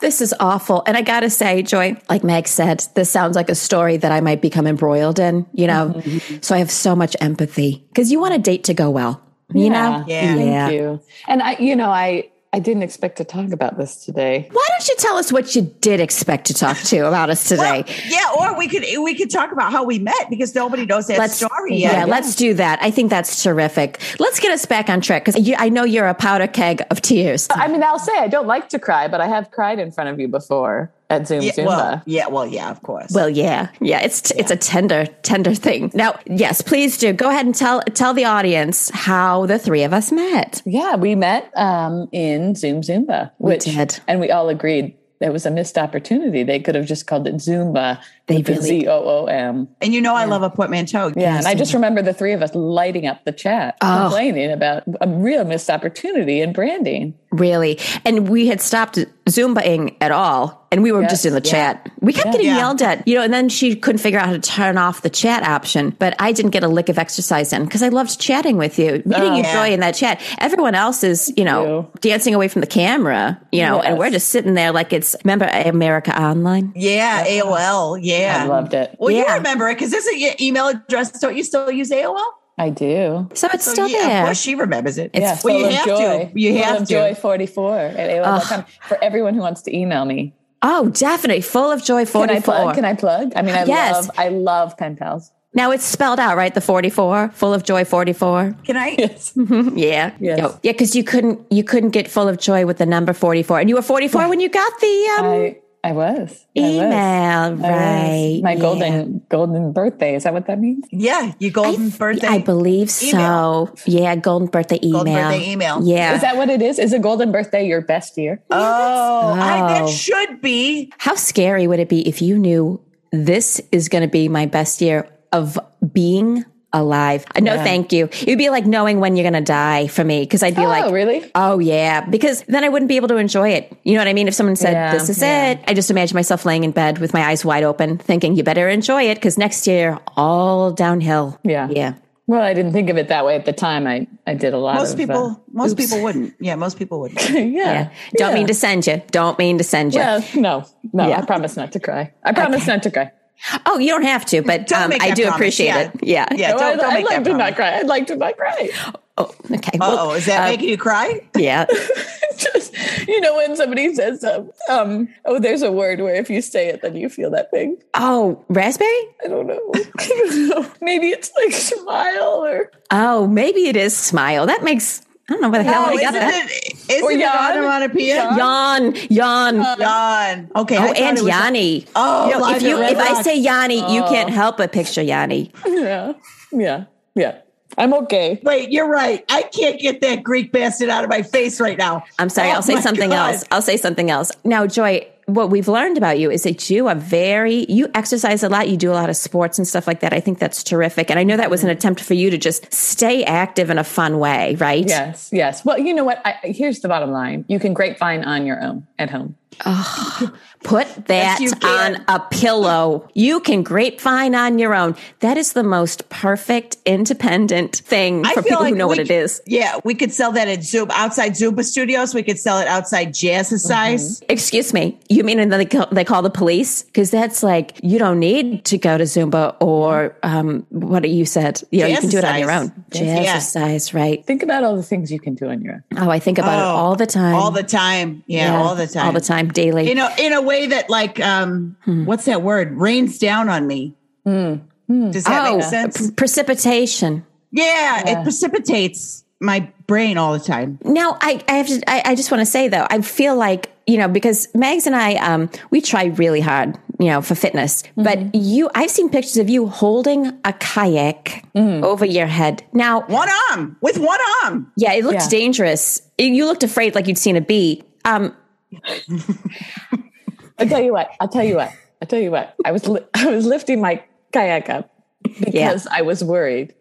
Speaker 3: This is awful. And I got to say, Joy, like Meg said, this sounds like a story that I might become embroiled in, you know?
Speaker 2: Mm-hmm.
Speaker 3: So I have so much empathy because you want a date to go well, you know?
Speaker 2: Yeah.
Speaker 4: Thank you. And I, you know, I I didn't expect to talk about this today.
Speaker 3: Why don't you tell us what you did expect to talk to about us today?
Speaker 2: Yeah, or we could we could talk about how we met because nobody knows that story
Speaker 3: yeah,
Speaker 2: yet.
Speaker 3: let's do that. I think that's terrific. Let's get us back on track because I know you're a powder keg of tears.
Speaker 4: I mean, I'll say I don't like to cry, but I have cried in front of you before at Zoom
Speaker 2: Yeah,
Speaker 4: Zumba.
Speaker 2: well, yeah, well, yeah, of course.
Speaker 3: Well, yeah, yeah. It's it's a tender, tender thing. Now, yes, please do go ahead and tell tell the audience how the three of us met.
Speaker 4: Yeah, we met um, in Zoom Zumba, which
Speaker 3: did.
Speaker 4: and we all agreed it was a missed opportunity. They could have just called it Zumba.
Speaker 3: They
Speaker 4: with the
Speaker 3: really-
Speaker 4: Z O O M.
Speaker 2: and you know I love a portmanteau.
Speaker 4: Yeah, and I just remember the three of us lighting up the chat,
Speaker 3: Oh.
Speaker 4: complaining about a real missed opportunity in branding.
Speaker 3: Really, and we had stopped zumbaing at all, and we were just in the chat. We kept getting
Speaker 2: Yeah.
Speaker 3: yelled at, you know. And then she couldn't figure out how to turn off the chat option. But I didn't get a lick of exercise in because I loved chatting with you,
Speaker 2: Oh,
Speaker 3: meeting you joy in that chat. Everyone else is, you know, dancing away from the camera, you know, and
Speaker 4: Yes.
Speaker 3: we're just sitting there like it's. Remember America Online?
Speaker 2: Yeah, AOL. Yeah,
Speaker 4: I loved it.
Speaker 2: Well, you
Speaker 3: Yeah.
Speaker 2: remember it because this is your email address. Don't you still use AOL?
Speaker 4: I do.
Speaker 3: So it's still
Speaker 2: yeah,
Speaker 3: there.
Speaker 2: Of course, she remembers it.
Speaker 3: It's-
Speaker 4: Yeah,
Speaker 2: well, you
Speaker 4: Full of
Speaker 2: have
Speaker 4: joy.
Speaker 2: to. You
Speaker 4: Full
Speaker 2: have
Speaker 4: of
Speaker 2: to.
Speaker 4: joy 44 at AOL.com for everyone who wants to email me.
Speaker 3: Oh, definitely. Full of joy
Speaker 4: Can I
Speaker 3: 44.
Speaker 4: plug? Can I plug? I mean, I
Speaker 3: Yes.
Speaker 4: love I love pen pals.
Speaker 3: now it's spelled out, right? The 44, full of joy 44.
Speaker 2: Can I?
Speaker 4: Yes.
Speaker 3: Yeah.
Speaker 4: Mm-hmm. Yes.
Speaker 3: Yo. Yeah, cuz you couldn't you couldn't get full of joy with the number 44. And you were 44 when you got the um
Speaker 4: I I was. I was.
Speaker 3: Email,
Speaker 4: I was.
Speaker 3: right?
Speaker 4: My
Speaker 3: yeah.
Speaker 4: golden golden birthday. Is that what that means?
Speaker 2: Yeah, you golden birthday.
Speaker 3: I believe
Speaker 2: email.
Speaker 3: so. Yeah, golden birthday email.
Speaker 2: Golden birthday email.
Speaker 3: Yeah.
Speaker 4: Is that what it is? Is a golden birthday your best year?
Speaker 2: Oh, I,
Speaker 3: Oh.
Speaker 2: that should be.
Speaker 3: How scary would it be if you knew this is going to be my best year of being alive? No, thank you. It'd be like knowing when you're going to die for me because I'd be
Speaker 4: oh,
Speaker 3: like,
Speaker 4: really?
Speaker 3: oh yeah, because then I wouldn't be able to enjoy it. You know what I mean? If someone said,
Speaker 4: Yeah,
Speaker 3: this is
Speaker 4: yeah.
Speaker 3: it, I just imagine myself laying in bed with my eyes wide open thinking, you better enjoy it because next year, all downhill.
Speaker 4: Yeah.
Speaker 3: Yeah.
Speaker 4: Well, I didn't think of it that way at the time. I, I did a lot
Speaker 2: Most
Speaker 4: of
Speaker 2: people,
Speaker 4: uh,
Speaker 2: most people wouldn't. Yeah, most people wouldn't.
Speaker 4: yeah.
Speaker 3: Yeah. Don't
Speaker 4: Yeah.
Speaker 3: mean to send you. Don't mean to send you.
Speaker 4: Yeah, no, no.
Speaker 3: Yeah.
Speaker 4: I promise not to cry. I promise not to cry.
Speaker 3: Oh, you don't have to, but
Speaker 2: Don't
Speaker 3: um,
Speaker 2: make
Speaker 3: I
Speaker 2: that
Speaker 3: do
Speaker 2: promise.
Speaker 3: appreciate
Speaker 2: Yeah.
Speaker 3: it. Yeah.
Speaker 2: Yeah,
Speaker 4: No, I-
Speaker 2: don't, don't
Speaker 4: I'd
Speaker 2: make
Speaker 4: like
Speaker 2: that
Speaker 4: to not
Speaker 2: promise.
Speaker 4: cry. I'd like to not cry.
Speaker 3: Oh, okay.
Speaker 2: Oh, is
Speaker 3: Uh,
Speaker 2: that making you cry?
Speaker 3: yeah.
Speaker 4: Just you know when somebody says, um, um, "Oh, there's a word where if you say it, then you feel that thing."
Speaker 3: Oh, raspberry?
Speaker 4: I don't know. I don't know. Maybe it's like smile or
Speaker 3: Oh, maybe it is smile. That makes I don't know where the hell
Speaker 2: Oh,
Speaker 3: I
Speaker 2: isn't
Speaker 3: got Oh, that.
Speaker 2: it? Isn't
Speaker 4: Or
Speaker 2: it
Speaker 4: yawn.
Speaker 2: onomatopoeia?
Speaker 3: Yawn, yawn.
Speaker 2: Yawn. Okay. Oh, I
Speaker 3: oh,
Speaker 2: thought
Speaker 3: and
Speaker 2: it was-
Speaker 3: Yanni.
Speaker 2: Oh,
Speaker 3: You know, if
Speaker 2: Liza
Speaker 3: you if I
Speaker 2: Redrock.
Speaker 3: say Yanni, you can't help but picture Yanni.
Speaker 4: yeah, yeah, yeah. I'm okay.
Speaker 2: Wait, you're right. I can't get that Greek bastard out of my face right now.
Speaker 3: I'm sorry.
Speaker 2: Oh
Speaker 3: I'll say
Speaker 2: my
Speaker 3: something
Speaker 2: God.
Speaker 3: else. I'll say something else. Now, Joy, what we've learned about you is that you are very, you exercise a lot. You do a lot of sports and stuff like that. I think that's terrific. And I know that
Speaker 2: Mm-hmm.
Speaker 3: was an attempt for you to just stay active in a fun way, right?
Speaker 4: Yes, yes. Well, you know what? I, here's the bottom line: you can grapevine on your own at home.
Speaker 3: Put that
Speaker 2: you can.
Speaker 3: on a pillow. You can grapevine on your own. That is the most perfect, independent thing
Speaker 2: I
Speaker 3: for
Speaker 2: feel
Speaker 3: people
Speaker 2: like
Speaker 3: who know
Speaker 2: we
Speaker 3: what it
Speaker 2: c-
Speaker 3: is.
Speaker 2: Yeah, we could sell that at Zoom outside Zumba Studios. We could sell it outside Jazz's
Speaker 3: Mm-hmm.
Speaker 2: size.
Speaker 3: Excuse me. You mean and then they call, they call the police? Because that's like, you don't need to go to Zumba or um, what you said. You know, you can do it on your
Speaker 2: Jazzercise.
Speaker 3: own. Jazzercise, right.
Speaker 4: Think about all the things you can do on your own.
Speaker 3: Oh, I think about it
Speaker 2: Oh,
Speaker 3: all the time.
Speaker 2: All the time. Yeah, all the time.
Speaker 3: All the time, Hmm. daily.
Speaker 2: You know, in a way that like um what's that word? Rains down on me. Does that
Speaker 3: Hmm. oh,
Speaker 2: make sense?
Speaker 3: pre- precipitation.
Speaker 2: Yeah, it precipitates my brain all the time.
Speaker 3: Now, I, I have to, I, I just want to say though, I feel like, you know, because Megs and I, um, we try really hard, you know, for fitness,
Speaker 2: Mm-hmm.
Speaker 3: but you, I've seen pictures of you holding a kayak
Speaker 2: Mm-hmm.
Speaker 3: over your head. Now,
Speaker 2: One arm with one arm.
Speaker 3: yeah, it looked
Speaker 4: Yeah.
Speaker 3: dangerous. You looked afraid like you'd seen a bee. Um,
Speaker 4: I'll tell you what. I'll tell you what. I'll tell you what. I was li- I was lifting my kayak up because I was worried.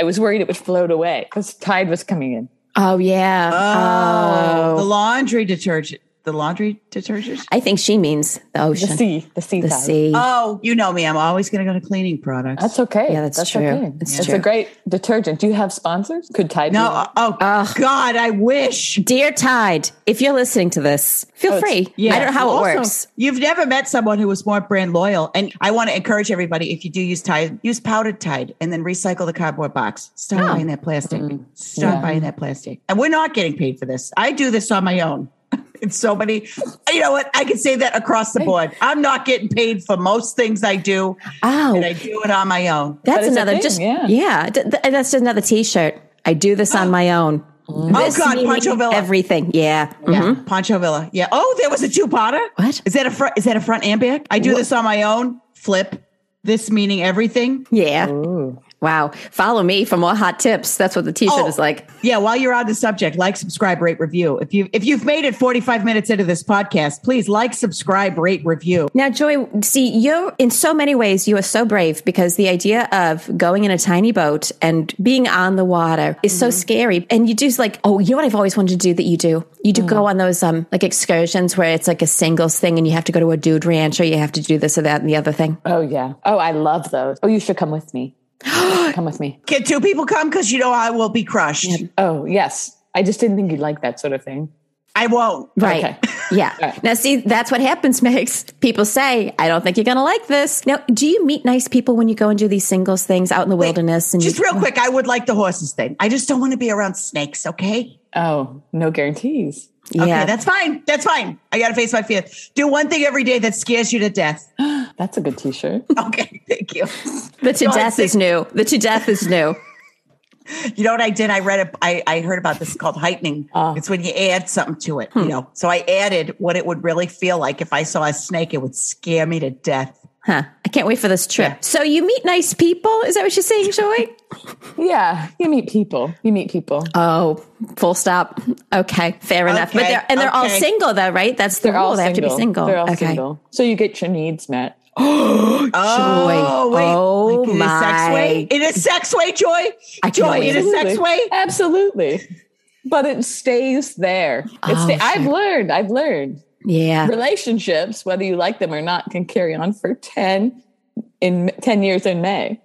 Speaker 4: I was worried it would float away because tide was coming in.
Speaker 3: oh yeah.
Speaker 2: Oh,
Speaker 3: Oh.
Speaker 2: the laundry detergent. The laundry detergent.
Speaker 3: I think she means the
Speaker 4: The
Speaker 3: ocean, the sea.
Speaker 4: sea, the sea, tide.
Speaker 2: Oh, you know me. I'm always going to go to cleaning products.
Speaker 4: That's okay.
Speaker 3: Yeah, that's true.
Speaker 4: Okay.
Speaker 3: It's
Speaker 4: It's,
Speaker 3: true.
Speaker 4: a great detergent. Do you have sponsors? Could Tide?
Speaker 2: no.
Speaker 4: do that?
Speaker 2: Oh,
Speaker 3: Ugh.
Speaker 2: God, I wish.
Speaker 3: Dear Tide, if you're listening to this, feel
Speaker 4: Oh, it's-
Speaker 3: free. I don't know how
Speaker 2: Also,
Speaker 3: it works.
Speaker 2: You've never met someone who was more brand loyal. And I want to encourage everybody if you do use Tide, use powdered Tide and then recycle the cardboard box. Stop
Speaker 3: Oh.
Speaker 2: buying that plastic.
Speaker 3: Mm-hmm.
Speaker 2: Stop buying that plastic. And we're not getting paid for this. I do this on my own. It's so many, you know what? I can say that across the board. I'm not getting paid for most things I do,
Speaker 3: Oh,
Speaker 2: and I do it on my own.
Speaker 3: That's
Speaker 4: it's a
Speaker 3: another
Speaker 4: thing,
Speaker 3: just yeah.
Speaker 4: yeah.
Speaker 3: th- th- that's just another t-shirt. I do this on my own. This
Speaker 2: Oh. Mm-hmm. God,
Speaker 3: meaning
Speaker 2: Pancho Villa.
Speaker 3: Everything. Yeah. Mhm.
Speaker 2: Yeah, Pancho Mm-hmm. Villa. Yeah. Oh, there was a two-parter.
Speaker 3: What?
Speaker 2: is that? A front? Is that a front and back? I do this on my own. Flip. This meaning everything.
Speaker 3: Yeah. Wow. Follow me for more hot tips. That's what the t-shirt
Speaker 2: Oh.
Speaker 3: is like.
Speaker 2: Yeah, while you're on the subject, like, subscribe, rate, review. If you if you've made it 45 minutes into this podcast, please like, subscribe, rate, review.
Speaker 3: Now, Joy, see, you're in so many ways, you are so brave because the idea of going in a tiny boat and being on the water is
Speaker 2: Mm-hmm.
Speaker 3: so scary. And you do like, oh, you know what I've always wanted to do that you do? You do
Speaker 2: Mm.
Speaker 3: go on those um like excursions where it's like a singles thing and you have to go to a dude ranch or you have to do this or that and the other thing.
Speaker 4: Oh yeah. Oh, I love those. Oh, you should come with me. come with me.
Speaker 2: Can two people come? Because you know I will be crushed.
Speaker 4: Oh yes. I just didn't think you'd like that sort of thing.
Speaker 2: I won't.
Speaker 3: Right.
Speaker 4: Okay.
Speaker 3: Yeah. Now, see, that's what happens, Megs. People say, I don't think you're going to like this. Now, do you meet nice people when you go and do these singles things out in the wilderness? And
Speaker 2: Just
Speaker 3: you,
Speaker 2: real quick, I would like the horses thing. I just don't want to be around snakes. Okay.
Speaker 4: Oh, no guarantees.
Speaker 2: Okay,
Speaker 3: yeah.
Speaker 2: that's fine. That's fine. I gotta face my fears. Do one thing every day that scares you to death.
Speaker 4: That's a good T-shirt.
Speaker 2: Okay, thank you.
Speaker 3: the to
Speaker 2: No, I
Speaker 3: death is new. The to death is new.
Speaker 2: You know what I did? I read a, I, I heard about this called heightening.
Speaker 4: Oh.
Speaker 2: It's when you add something to it, you know. So I added what it would really feel like if I saw a snake. It would scare me to death.
Speaker 3: Huh. I can't wait for this trip. So you meet nice people. Is that what you're saying, Joy?
Speaker 4: Yeah, you meet people. You meet people.
Speaker 3: oh, full stop. Okay. Fair enough. But
Speaker 2: Okay,
Speaker 3: they're, and they're all
Speaker 2: okay.
Speaker 3: single though, right? That's the
Speaker 4: They're
Speaker 3: rule.
Speaker 4: all
Speaker 3: Oh, They have to
Speaker 4: single.
Speaker 3: be single.
Speaker 4: They're all
Speaker 3: okay.
Speaker 4: single. So you get your needs met.
Speaker 2: Oh,
Speaker 3: Joy.
Speaker 2: wait.
Speaker 3: Oh,
Speaker 2: Like in a sex
Speaker 3: my.
Speaker 2: way? In a sex way, Joy?
Speaker 3: I can't
Speaker 2: Joy,
Speaker 3: wait.
Speaker 2: in a sex way?
Speaker 4: Absolutely. But it stays there. It's
Speaker 3: Oh,
Speaker 4: the, I've
Speaker 3: shit.
Speaker 4: learned. I've learned.
Speaker 3: Yeah.
Speaker 4: Relationships, whether you like them or not, can carry on for 10 in 10 years in May.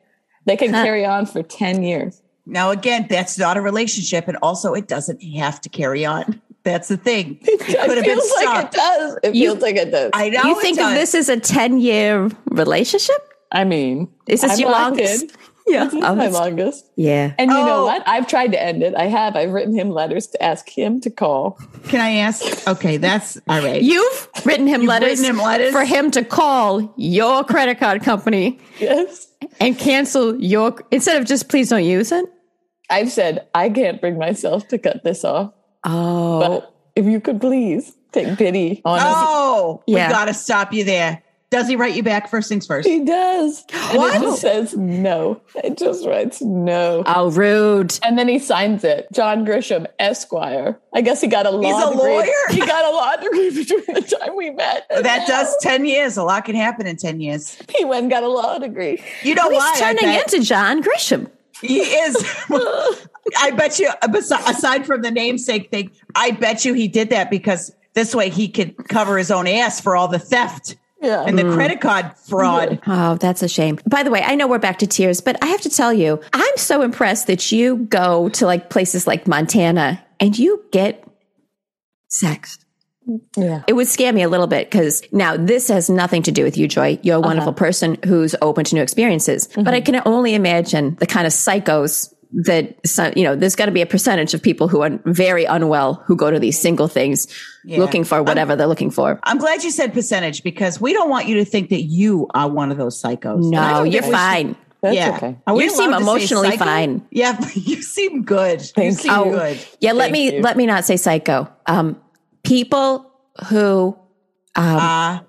Speaker 4: They can
Speaker 3: Huh.
Speaker 4: carry on for 10 years.
Speaker 2: Now, again, that's not a relationship. And also, it doesn't have to carry on. That's the thing. It could have
Speaker 4: It
Speaker 2: been
Speaker 4: feels like
Speaker 2: stopped.
Speaker 4: it does. It
Speaker 3: You-
Speaker 4: feels like it does. I,
Speaker 2: I know.
Speaker 3: you
Speaker 2: it
Speaker 3: think of
Speaker 2: does.
Speaker 3: this as a 10 year relationship?
Speaker 4: mean,
Speaker 3: Is this
Speaker 4: I'm
Speaker 3: your
Speaker 4: locked
Speaker 3: longest?
Speaker 4: in.
Speaker 3: Yeah.
Speaker 4: This is
Speaker 3: Oh,
Speaker 4: my
Speaker 3: that's-
Speaker 4: longest.
Speaker 3: yeah.
Speaker 4: And you know
Speaker 2: Oh.
Speaker 4: what? I've tried to end it. I have. I've written him letters to ask him to call.
Speaker 2: Can I ask? Okay, that's all right.
Speaker 3: You've written him letters
Speaker 2: written him letters?
Speaker 3: for him to call your credit card company
Speaker 4: Yes.
Speaker 3: and cancel your instead of just please don't use it.
Speaker 4: I've said, I can't bring myself to cut this off.
Speaker 3: Oh,
Speaker 4: But if you could please take pity on us.
Speaker 2: oh,
Speaker 3: Yeah.
Speaker 2: we got to stop you there. Does he write you back first things first?
Speaker 4: He does. And
Speaker 2: What?
Speaker 4: it just says no. It just writes no.
Speaker 3: oh, rude.
Speaker 4: And then he signs it. John Grisham, Esquire. I guess he got a law
Speaker 2: He's a
Speaker 4: degree.
Speaker 2: lawyer?
Speaker 4: He got a law degree between the time we met. and
Speaker 2: That
Speaker 4: now.
Speaker 2: does 10 years. A lot can happen in 10 years.
Speaker 4: He went and got a law degree.
Speaker 2: You know
Speaker 3: He's
Speaker 2: why? I
Speaker 3: turning
Speaker 2: bet?
Speaker 3: into John Grisham.
Speaker 2: He is. I bet you, besi- aside from the namesake thing, I bet you he did that because this way he could cover his own ass for all the theft
Speaker 4: Yeah.
Speaker 2: and the credit card fraud.
Speaker 3: Oh, that's a shame. By the way, I know we're back to tears, but I have to tell you, I'm so impressed that you go to like places like Montana and you get sex.
Speaker 4: yeah.
Speaker 3: It would scare me a little bit because now this has nothing to do with you, Joy. You're a wonderful person who's open to new experiences, but I can only imagine the kind of psychos that some, you know. There's got to be a percentage of people who are very unwell who go to these single things,
Speaker 2: Yeah.
Speaker 3: looking for whatever they're looking for.
Speaker 2: I'm glad you said percentage because we don't want you to think that you are one of those psychos. And I
Speaker 3: No,
Speaker 2: don't
Speaker 3: you're
Speaker 2: think we should-
Speaker 3: fine.
Speaker 4: That's
Speaker 2: yeah.
Speaker 4: okay.
Speaker 2: Are we
Speaker 3: You seem
Speaker 2: allowed to say
Speaker 3: emotionally
Speaker 2: psycho?
Speaker 3: fine.
Speaker 2: Yeah, you seem good. you
Speaker 4: Thank
Speaker 2: seem
Speaker 3: you.
Speaker 2: good.
Speaker 3: Yeah, let
Speaker 4: Thank
Speaker 3: me
Speaker 4: you.
Speaker 3: let me not say psycho. Um, people who Um,
Speaker 2: Uh,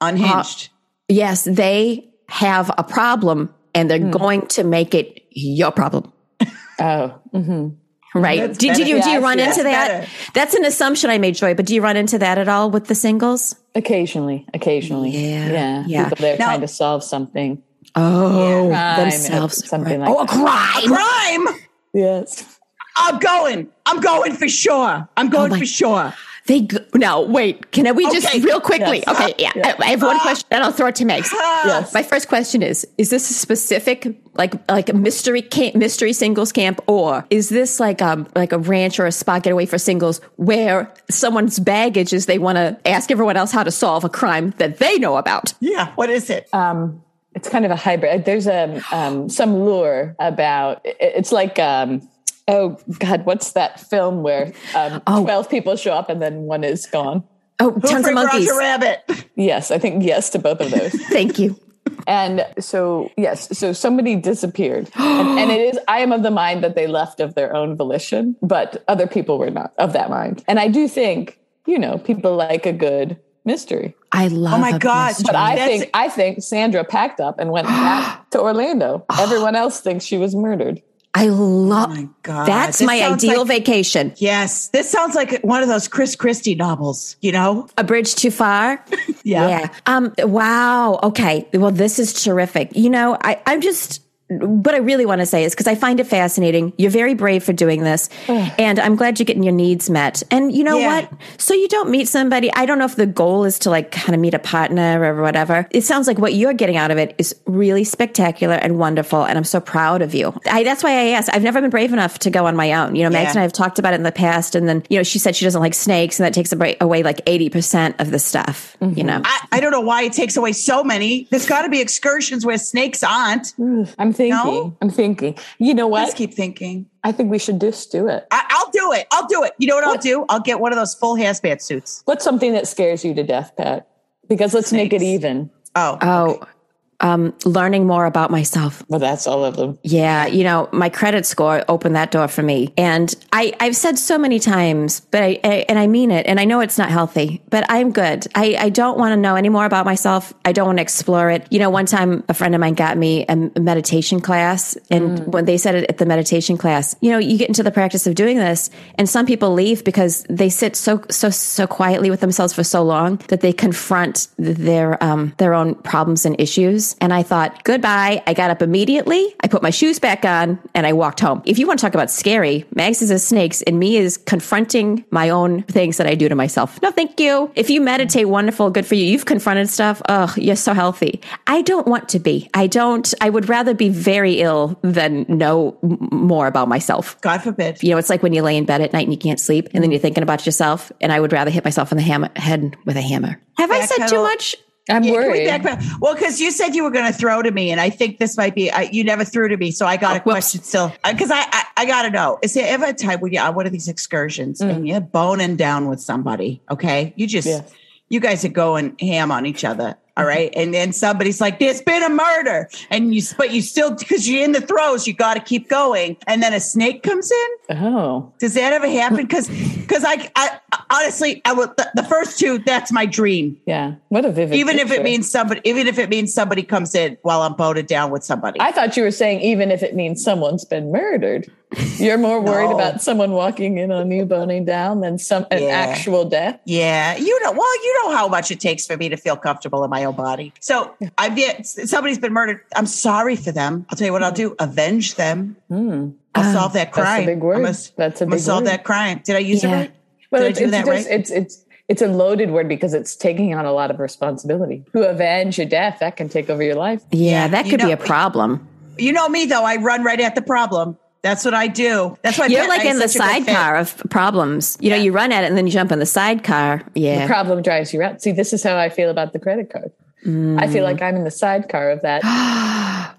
Speaker 2: unhinged.
Speaker 3: yes, they have a problem and they're
Speaker 4: Hmm.
Speaker 3: going to make it your problem.
Speaker 4: Oh. hmm
Speaker 3: Right?
Speaker 2: That's
Speaker 3: Did, did
Speaker 2: better.
Speaker 3: you do you
Speaker 4: Yes,
Speaker 3: run
Speaker 4: yes,
Speaker 3: into that?
Speaker 2: better.
Speaker 3: That's an assumption I made, Joy. But do you run into that at all with the singles?
Speaker 4: Occasionally. Occasionally.
Speaker 3: Yeah.
Speaker 4: Yeah.
Speaker 3: Yeah.
Speaker 4: People there
Speaker 2: Now-
Speaker 4: trying to solve something.
Speaker 3: Oh,
Speaker 4: Yeah. Crime,
Speaker 3: themselves.
Speaker 4: something
Speaker 3: Right.
Speaker 4: like
Speaker 3: oh, a crime.
Speaker 2: Crime.
Speaker 4: Yes.
Speaker 2: I'm going. I'm going for sure. I'm going
Speaker 3: Oh my-
Speaker 2: for sure.
Speaker 3: They go, no. Wait. Can we just
Speaker 2: Okay.
Speaker 3: real quickly?
Speaker 4: Yes. Ah.
Speaker 3: Okay. Yeah. I, I have one question, and I'll throw it to Meg.
Speaker 2: Ah,
Speaker 4: Yes.
Speaker 3: My first question is: Is this a specific, like, like a mystery camp, mystery singles camp, or is this like um like a ranch or a spot getaway for singles where someone's baggage is they want to ask everyone else how to solve a crime that they know about?
Speaker 2: Yeah. What is it?
Speaker 3: Oh.
Speaker 4: um it's kind of a hybrid there's a um some lure about it- it's like um oh god what's that film where um
Speaker 3: Oh.
Speaker 4: 12 people show up and then one is gone
Speaker 3: Oh,
Speaker 2: Who
Speaker 3: tons of
Speaker 2: framed
Speaker 3: monkeys.
Speaker 2: Roger Rabbit.
Speaker 4: yes i think yes to both of those
Speaker 3: Thank you.
Speaker 4: and so yes so somebody disappeared and, and it is i am of the mind that they left of their own volition but other people were not of that mind and i do think you know people like a good mystery
Speaker 3: I love.
Speaker 2: Oh my
Speaker 3: a
Speaker 2: God.
Speaker 3: mystery.
Speaker 4: But I
Speaker 2: That's-
Speaker 4: think I think Sandra packed up and went back to Orlando. Everyone else thinks she was murdered.
Speaker 3: I love.
Speaker 2: Oh my God.
Speaker 3: That's
Speaker 2: This
Speaker 3: my
Speaker 2: sounds
Speaker 3: ideal
Speaker 2: like-
Speaker 3: vacation.
Speaker 2: Yes. This sounds like one of those Chris Christie novels, you know?
Speaker 3: A bridge too far. Yeah. Um, wow. Okay. Well, this is terrific. You know, I, I'm just, what I really want to say is because I find it fascinating. You're very brave for doing this. and I'm glad you're getting your needs met. And you know
Speaker 2: Yeah.
Speaker 3: what? So you don't meet somebody. I don't know if the goal is to like kind of meet a partner or whatever. It sounds like what you're getting out of it is really spectacular and wonderful. And I'm so proud of you. I, that's why I asked. I've never been brave enough to go on my own. You know, Max
Speaker 2: Yeah.
Speaker 3: and I have talked about it in the past. And then, you know, she said she doesn't like snakes and that takes away away, like 80% of the stuff, you know?
Speaker 2: Mm-hmm. I, I don't know why it takes away so many. There's got to be excursions where snakes aren't.
Speaker 4: I'm thinking.
Speaker 2: No?
Speaker 4: I'm thinking. You know
Speaker 2: I just
Speaker 4: what?
Speaker 2: keep thinking.
Speaker 4: I think we should just do it.
Speaker 2: I, I'll do it. I'll do it. You know what, I'll do? I'll get one of those full hazmat suits.
Speaker 4: What's something that scares you to death, Pat? Because let's make it
Speaker 2: Snakes.
Speaker 4: even.
Speaker 2: Oh,
Speaker 3: oh, um, learning more about myself.
Speaker 4: Well, that's all of them.
Speaker 3: Yeah, you know, my credit score opened that door for me. And I, I've said so many times, but I, I, and I mean it, and I know it's not healthy, but I'm good. I, I don't want to know any more about myself. I don't want to explore it. You know, one time a friend of mine got me a m- meditation class, and when they said it at the meditation class, you know, you get into the practice of doing this, and some people leave because they sit so, so, so quietly with themselves for so long that they confront their, um, their own problems and issues. And I thought, goodbye. I got up immediately. I put my shoes back on and I walked home. If you want to talk about scary, Mags is a snakes and me is confronting my own things that I do to myself. No, thank you. If you meditate, wonderful, good for you. You've confronted stuff. Oh, you're so healthy. I don't want to be. I don't, I would rather be very ill than know m- more about myself.
Speaker 2: God forbid.
Speaker 3: You know, it's like when you lay in bed at night and you can't sleep and then you're thinking about yourself. And I would rather hit myself on the hammer, head with a hammer. Have I said too
Speaker 2: Backpedal.
Speaker 3: much?
Speaker 4: I'm
Speaker 2: Yeah, can we
Speaker 4: worried.
Speaker 2: backpedal? well, because you said you were going to throw to me, and I think this might be I, you never threw to me, so I got a
Speaker 3: whoops.
Speaker 2: question still because I I, I got to know: is there ever a time when you're on one of these excursions and you're boning down with somebody? Okay, you just
Speaker 4: Yes.
Speaker 2: you guys are going ham on each other. All right. And then somebody's like, there's been a murder. And you, but you still, because you're in the throes, you got to keep going. And then a snake comes in.
Speaker 4: oh,
Speaker 2: Does that ever happen? Because, because I, I honestly, I would, the, the first two, that's my dream
Speaker 4: yeah. What a vivid.
Speaker 2: even if it
Speaker 4: picture.
Speaker 2: means somebody even if it means somebody comes in while i'm boated down with somebody
Speaker 4: I thought you were saying even if it means someone's been murdered, you're more worried
Speaker 2: No.
Speaker 4: about someone walking in on you boning down than some an
Speaker 2: Yeah.
Speaker 4: actual death.
Speaker 2: yeah you know well you know how much it takes for me to feel comfortable in my own body so i've yet somebody's been murdered i'm sorry for them i'll tell you what i'll do avenge them
Speaker 4: Hmm.
Speaker 2: i'll
Speaker 3: Ah,
Speaker 2: solve that
Speaker 4: that's a
Speaker 2: crime
Speaker 4: big word.
Speaker 2: i must,
Speaker 4: That's a
Speaker 2: I must
Speaker 4: big
Speaker 2: solve
Speaker 4: word.
Speaker 2: that crime did i use
Speaker 3: Yeah.
Speaker 2: it right
Speaker 4: Well,
Speaker 2: Did I
Speaker 4: it's,
Speaker 2: do
Speaker 4: it's
Speaker 2: that
Speaker 4: just
Speaker 2: right?
Speaker 4: it's it's it's a loaded word because it's taking on a lot of responsibility. To avenge your death, that can take over your life.
Speaker 3: Yeah,
Speaker 2: Yeah,
Speaker 3: that
Speaker 2: you
Speaker 3: could be
Speaker 2: know-
Speaker 3: a problem.
Speaker 2: you know me though i run right at the problem that's what i do that's why
Speaker 3: You're
Speaker 2: Pat
Speaker 3: like
Speaker 2: and I
Speaker 3: in
Speaker 2: are
Speaker 3: the
Speaker 2: such a good fit.
Speaker 3: sidecar of problems. You know, you run at it and then you jump in the sidecar.
Speaker 4: The
Speaker 3: Yeah.
Speaker 4: problem drives you out. See, this is how I feel about the credit card. I
Speaker 2: Mm.
Speaker 4: feel like I'm in the sidecar of that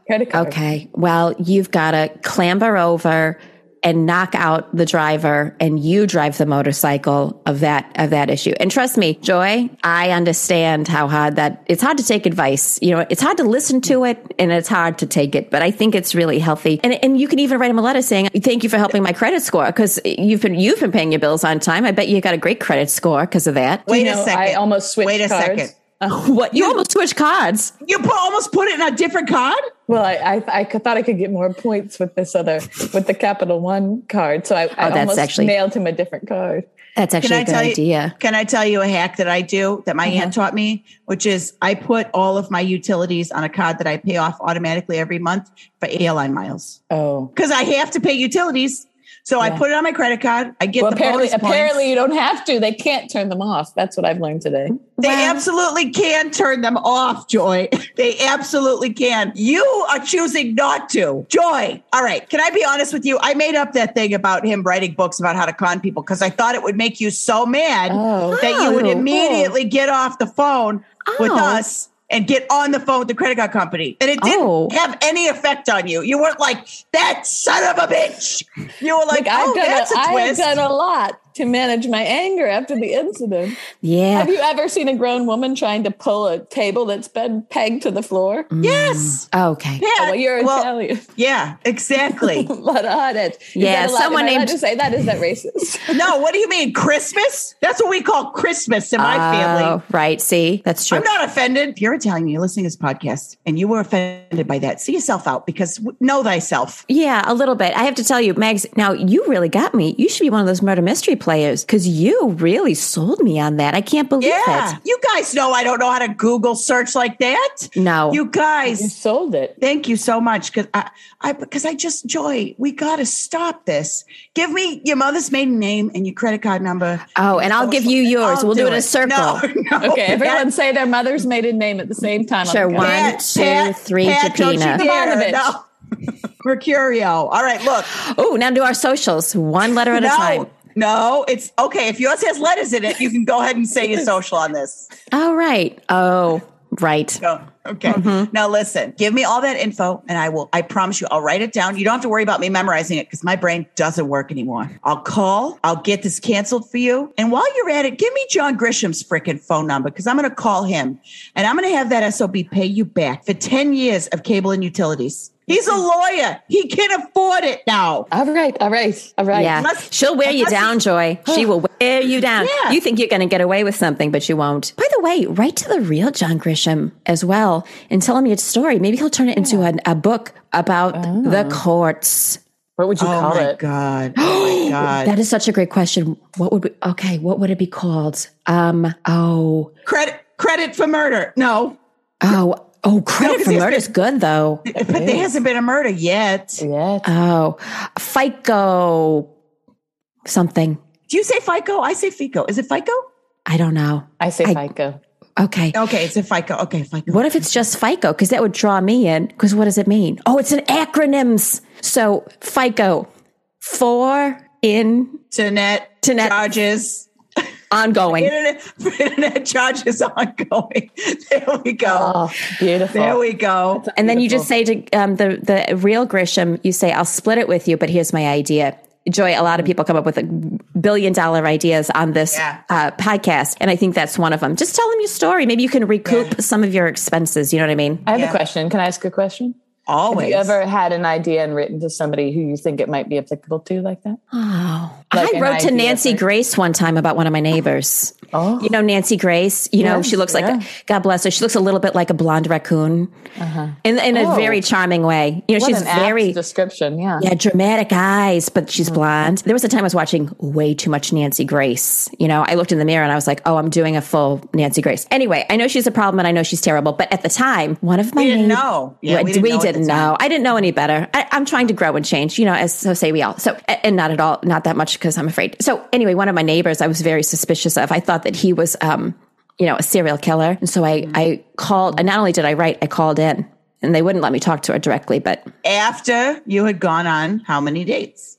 Speaker 4: credit card.
Speaker 3: okay. Well, you've got to clamber over and knock out the driver and you drive the motorcycle of that of that issue. And trust me, Joy, I understand how hard that it's hard to take advice. You know, it's hard to listen to it and it's hard to take it, but I think it's really healthy. And and you can even write him a letter saying, "Thank you for helping my credit score cuz you've been you've been paying your bills on time. I bet you got a great credit score because of that."
Speaker 2: wait
Speaker 4: You
Speaker 2: a
Speaker 4: know,
Speaker 2: second
Speaker 4: I almost switched
Speaker 2: wait a
Speaker 4: cards.
Speaker 2: second
Speaker 3: What you almost switched cards.
Speaker 2: you put, almost put it in a different card
Speaker 4: Well, I, I, I c- thought I could get more points with this other, with the Capital One card. So I,
Speaker 2: Oh,
Speaker 4: I
Speaker 3: that's
Speaker 4: almost
Speaker 3: actually-
Speaker 4: mailed him a different card.
Speaker 3: That's actually a good idea.
Speaker 2: You, can I tell you a hack that I do that my aunt
Speaker 4: Uh-huh.
Speaker 2: taught me, which is I put all of my utilities on a card that I pay off automatically every month for airline miles
Speaker 4: Oh.
Speaker 2: because I have to pay utilities. So I
Speaker 4: Yeah.
Speaker 2: put it on my credit card. I get
Speaker 4: Well,
Speaker 2: the
Speaker 4: apparently,
Speaker 2: bonus
Speaker 4: apparently
Speaker 2: points.
Speaker 4: you don't have to. They can't turn them off. That's what I've learned today.
Speaker 2: They
Speaker 3: Wow.
Speaker 2: absolutely can turn them off, Joy. They absolutely can. You are choosing not to. Joy. All right. Can I be honest with you? I made up that thing about him writing books about how to con people because I thought it would make you so mad
Speaker 4: Oh.
Speaker 2: that you would
Speaker 3: Oh.
Speaker 2: immediately get off the phone with
Speaker 3: Oh.
Speaker 2: us and get on the phone with the credit card company. And it didn't
Speaker 3: Oh.
Speaker 2: have any effect on you. You weren't like, that son of a bitch. You were like,
Speaker 4: Like, I've,
Speaker 2: oh,
Speaker 4: done
Speaker 2: that's
Speaker 4: a,
Speaker 2: a,
Speaker 4: I've
Speaker 2: twist.
Speaker 4: done a lot to manage my anger after the incident.
Speaker 3: Yeah.
Speaker 4: Have you ever seen a grown woman trying to pull a table that's been pegged to the floor?
Speaker 2: yes.
Speaker 3: Okay.
Speaker 2: Yeah.
Speaker 4: Oh, well, you're
Speaker 2: Well,
Speaker 4: Italian.
Speaker 2: yeah, exactly.
Speaker 4: Let on it. Is
Speaker 3: Yeah,
Speaker 4: that allowed-
Speaker 3: someone
Speaker 4: am I allowed
Speaker 3: named-
Speaker 4: to say that. Is that racist?
Speaker 2: no, what do you mean? Christmas? That's what we call Christmas in my family.
Speaker 3: Oh, right. See, that's true.
Speaker 2: I'm not offended. If you're Italian, you're listening to this podcast and you were offended by that, see yourself out because w- know thyself.
Speaker 3: yeah, a little bit. I have to tell you, Megs, now you really got me. You should be one of those murder mystery players because you really sold me on that. I can't believe
Speaker 2: Yeah.
Speaker 3: it.
Speaker 2: You guys know I don't know how to Google search like that.
Speaker 3: No.
Speaker 2: You
Speaker 4: You
Speaker 2: guys,
Speaker 4: sold it.
Speaker 2: thank you so much because I, I because I just joy. We got to stop this. Give me your mother's maiden name and your credit card number.
Speaker 3: oh, and I'll give you yours.
Speaker 2: I'll
Speaker 3: we'll do, it in a circle.
Speaker 2: No, no.
Speaker 4: Okay, everyone
Speaker 2: Pat-
Speaker 4: say their mother's maiden name at the same time. on
Speaker 3: Sure,
Speaker 4: the count.
Speaker 3: one.
Speaker 2: Pat,
Speaker 3: two,
Speaker 2: Pat,
Speaker 3: three,
Speaker 2: Pat, don't you
Speaker 3: Jepina.
Speaker 2: dare.
Speaker 4: Jovanovich.
Speaker 2: No. Mercurio. All right, look.
Speaker 3: Oh, now do our socials one letter at a
Speaker 2: No,
Speaker 3: time.
Speaker 2: no, it's okay. If yours has letters in it, you can go ahead and say your social on this.
Speaker 3: All right. Oh, right.
Speaker 2: Go. Okay.
Speaker 4: Mm-hmm.
Speaker 2: Now listen, give me all that info and I will, I promise you, I'll write it down. You don't have to worry about me memorizing it because my brain doesn't work anymore. I'll call, I'll get this canceled for you. And while you're at it, give me John Grisham's freaking phone number because I'm going to call him and I'm going to have that SOB pay you back for 10 years of cable and utilities. He's a lawyer. He can afford it now.
Speaker 4: All right, all right, all right.
Speaker 3: Yeah.
Speaker 2: Unless-
Speaker 3: She'll wear you
Speaker 2: unless
Speaker 3: down, Joy. She will wear you down.
Speaker 2: Oh. Yeah.
Speaker 3: You think you're going to get away with something, but you won't. By the way, write to the real John Grisham as well and tell him your story. Maybe he'll turn it into an, a book about the courts.
Speaker 4: What would you
Speaker 2: Oh
Speaker 4: call
Speaker 2: my
Speaker 4: it?
Speaker 2: God. Oh my God.
Speaker 3: That is such a great question. What would we, okay, what would it be called? Um, oh,
Speaker 2: credit credit for murder. No,
Speaker 3: oh, oh, credit
Speaker 2: No, 'cause
Speaker 3: for
Speaker 2: he's
Speaker 3: murder is good though.
Speaker 2: but there hasn't been a murder yet.
Speaker 4: Yeah.
Speaker 3: Oh, FICO something.
Speaker 2: Do you say FICO? I say FICO. Is it FICO?
Speaker 3: I don't know.
Speaker 4: I say
Speaker 3: I-
Speaker 4: FICO.
Speaker 3: Okay.
Speaker 2: Okay, it's a FICO. Okay, FICO.
Speaker 3: What if it's just FICO? Because that would draw me in. Because what does it mean? Oh, it's an acronyms. So FICO, for in
Speaker 2: Internet,
Speaker 3: Internet.
Speaker 2: charges.
Speaker 3: ongoing.
Speaker 2: Internet, internet charges ongoing. There we go.
Speaker 4: Oh, beautiful.
Speaker 2: there we go.
Speaker 3: And then you just say to um, the the real Grisham, you say, "I'll split it with you, but here's my idea." Joy, a lot of people come up with a billion dollar ideas on this
Speaker 2: Yeah.
Speaker 3: uh, podcast, and I think that's one of them. Just tell them your story. Maybe you can recoup some of your expenses. You know what I mean?
Speaker 4: I have
Speaker 2: Yeah.
Speaker 4: a question. Can I ask a question?
Speaker 2: Always.
Speaker 4: Have you ever had an idea and written to somebody who you think it might be applicable to like that?
Speaker 3: Oh,
Speaker 4: Like
Speaker 3: I
Speaker 4: an
Speaker 3: wrote to
Speaker 4: idea
Speaker 3: Nancy
Speaker 4: for-
Speaker 3: Grace one time about one of my neighbors.
Speaker 4: Oh.
Speaker 3: you know Nancy Grace. You know
Speaker 4: Yes,
Speaker 3: she looks like
Speaker 4: yeah.
Speaker 3: a, God bless her. She looks a little bit like a blonde raccoon, in in a
Speaker 4: Oh.
Speaker 3: very charming way. You know
Speaker 4: What
Speaker 3: she's
Speaker 4: an apt
Speaker 3: very
Speaker 4: description. Yeah.
Speaker 3: yeah dramatic eyes, but she's
Speaker 4: Mm.
Speaker 3: blonde. There was a time I was watching way too much Nancy Grace. You know I looked in the mirror and I was like, oh, I'm doing a full Nancy Grace. Anyway, I know she's a problem and I know she's terrible, but at the time, one of my
Speaker 2: We didn't
Speaker 3: neigh-
Speaker 2: know. Yeah,
Speaker 3: Right,
Speaker 2: we didn't know at the time.
Speaker 3: know. I didn't know any better. I, I'm trying to grow and change, you know, as so say we all. So, a- and not at all, not that much because I'm afraid. So, anyway, one of my neighbors I was very suspicious of. I thought that he was, um, you know, a serial killer. And so I, I called, and not only did I write, I called in and they wouldn't let me talk to her directly, but
Speaker 2: After you had gone on how many dates?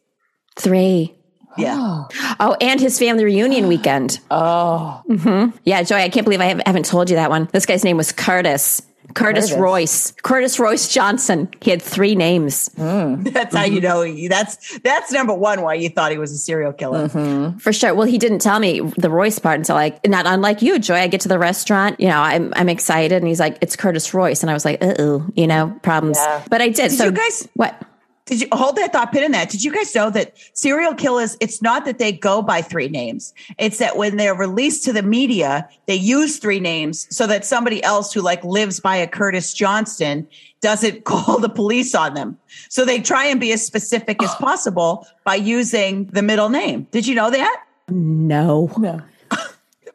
Speaker 3: three.
Speaker 2: Yeah.
Speaker 3: Oh, and his family reunion weekend. Mm-hmm.
Speaker 4: Oh,
Speaker 3: Yeah, Joy, I can't believe I haven't, haven't told you that one. This guy's name was Curtis. Curtis,
Speaker 4: Curtis.
Speaker 3: Royce. Curtis Royce Johnson. He had three names.
Speaker 2: That's how you
Speaker 3: Mm-hmm.
Speaker 2: know. he- That's that's number one why you thought he was a serial killer.
Speaker 3: Mm-hmm. For sure. Well, he didn't tell me the Royce part until like not unlike you, Joy. I get to the restaurant, you know, I'm I'm excited, and he's like, "It's Curtis Royce," and I was like, "Uh oh," you know, problems.
Speaker 4: Yeah.
Speaker 3: But I did. so
Speaker 2: you guys-
Speaker 3: what?
Speaker 2: Did you hold that thought pin in that? Did you guys know that serial killers, it's not that they go by three names. It's that when they're released to the media, they use three names so that somebody else who like lives by a Curtis Johnston doesn't call the police on them. So they try and be as specific as possible by using the middle name. Did you know that?
Speaker 3: No.
Speaker 4: no.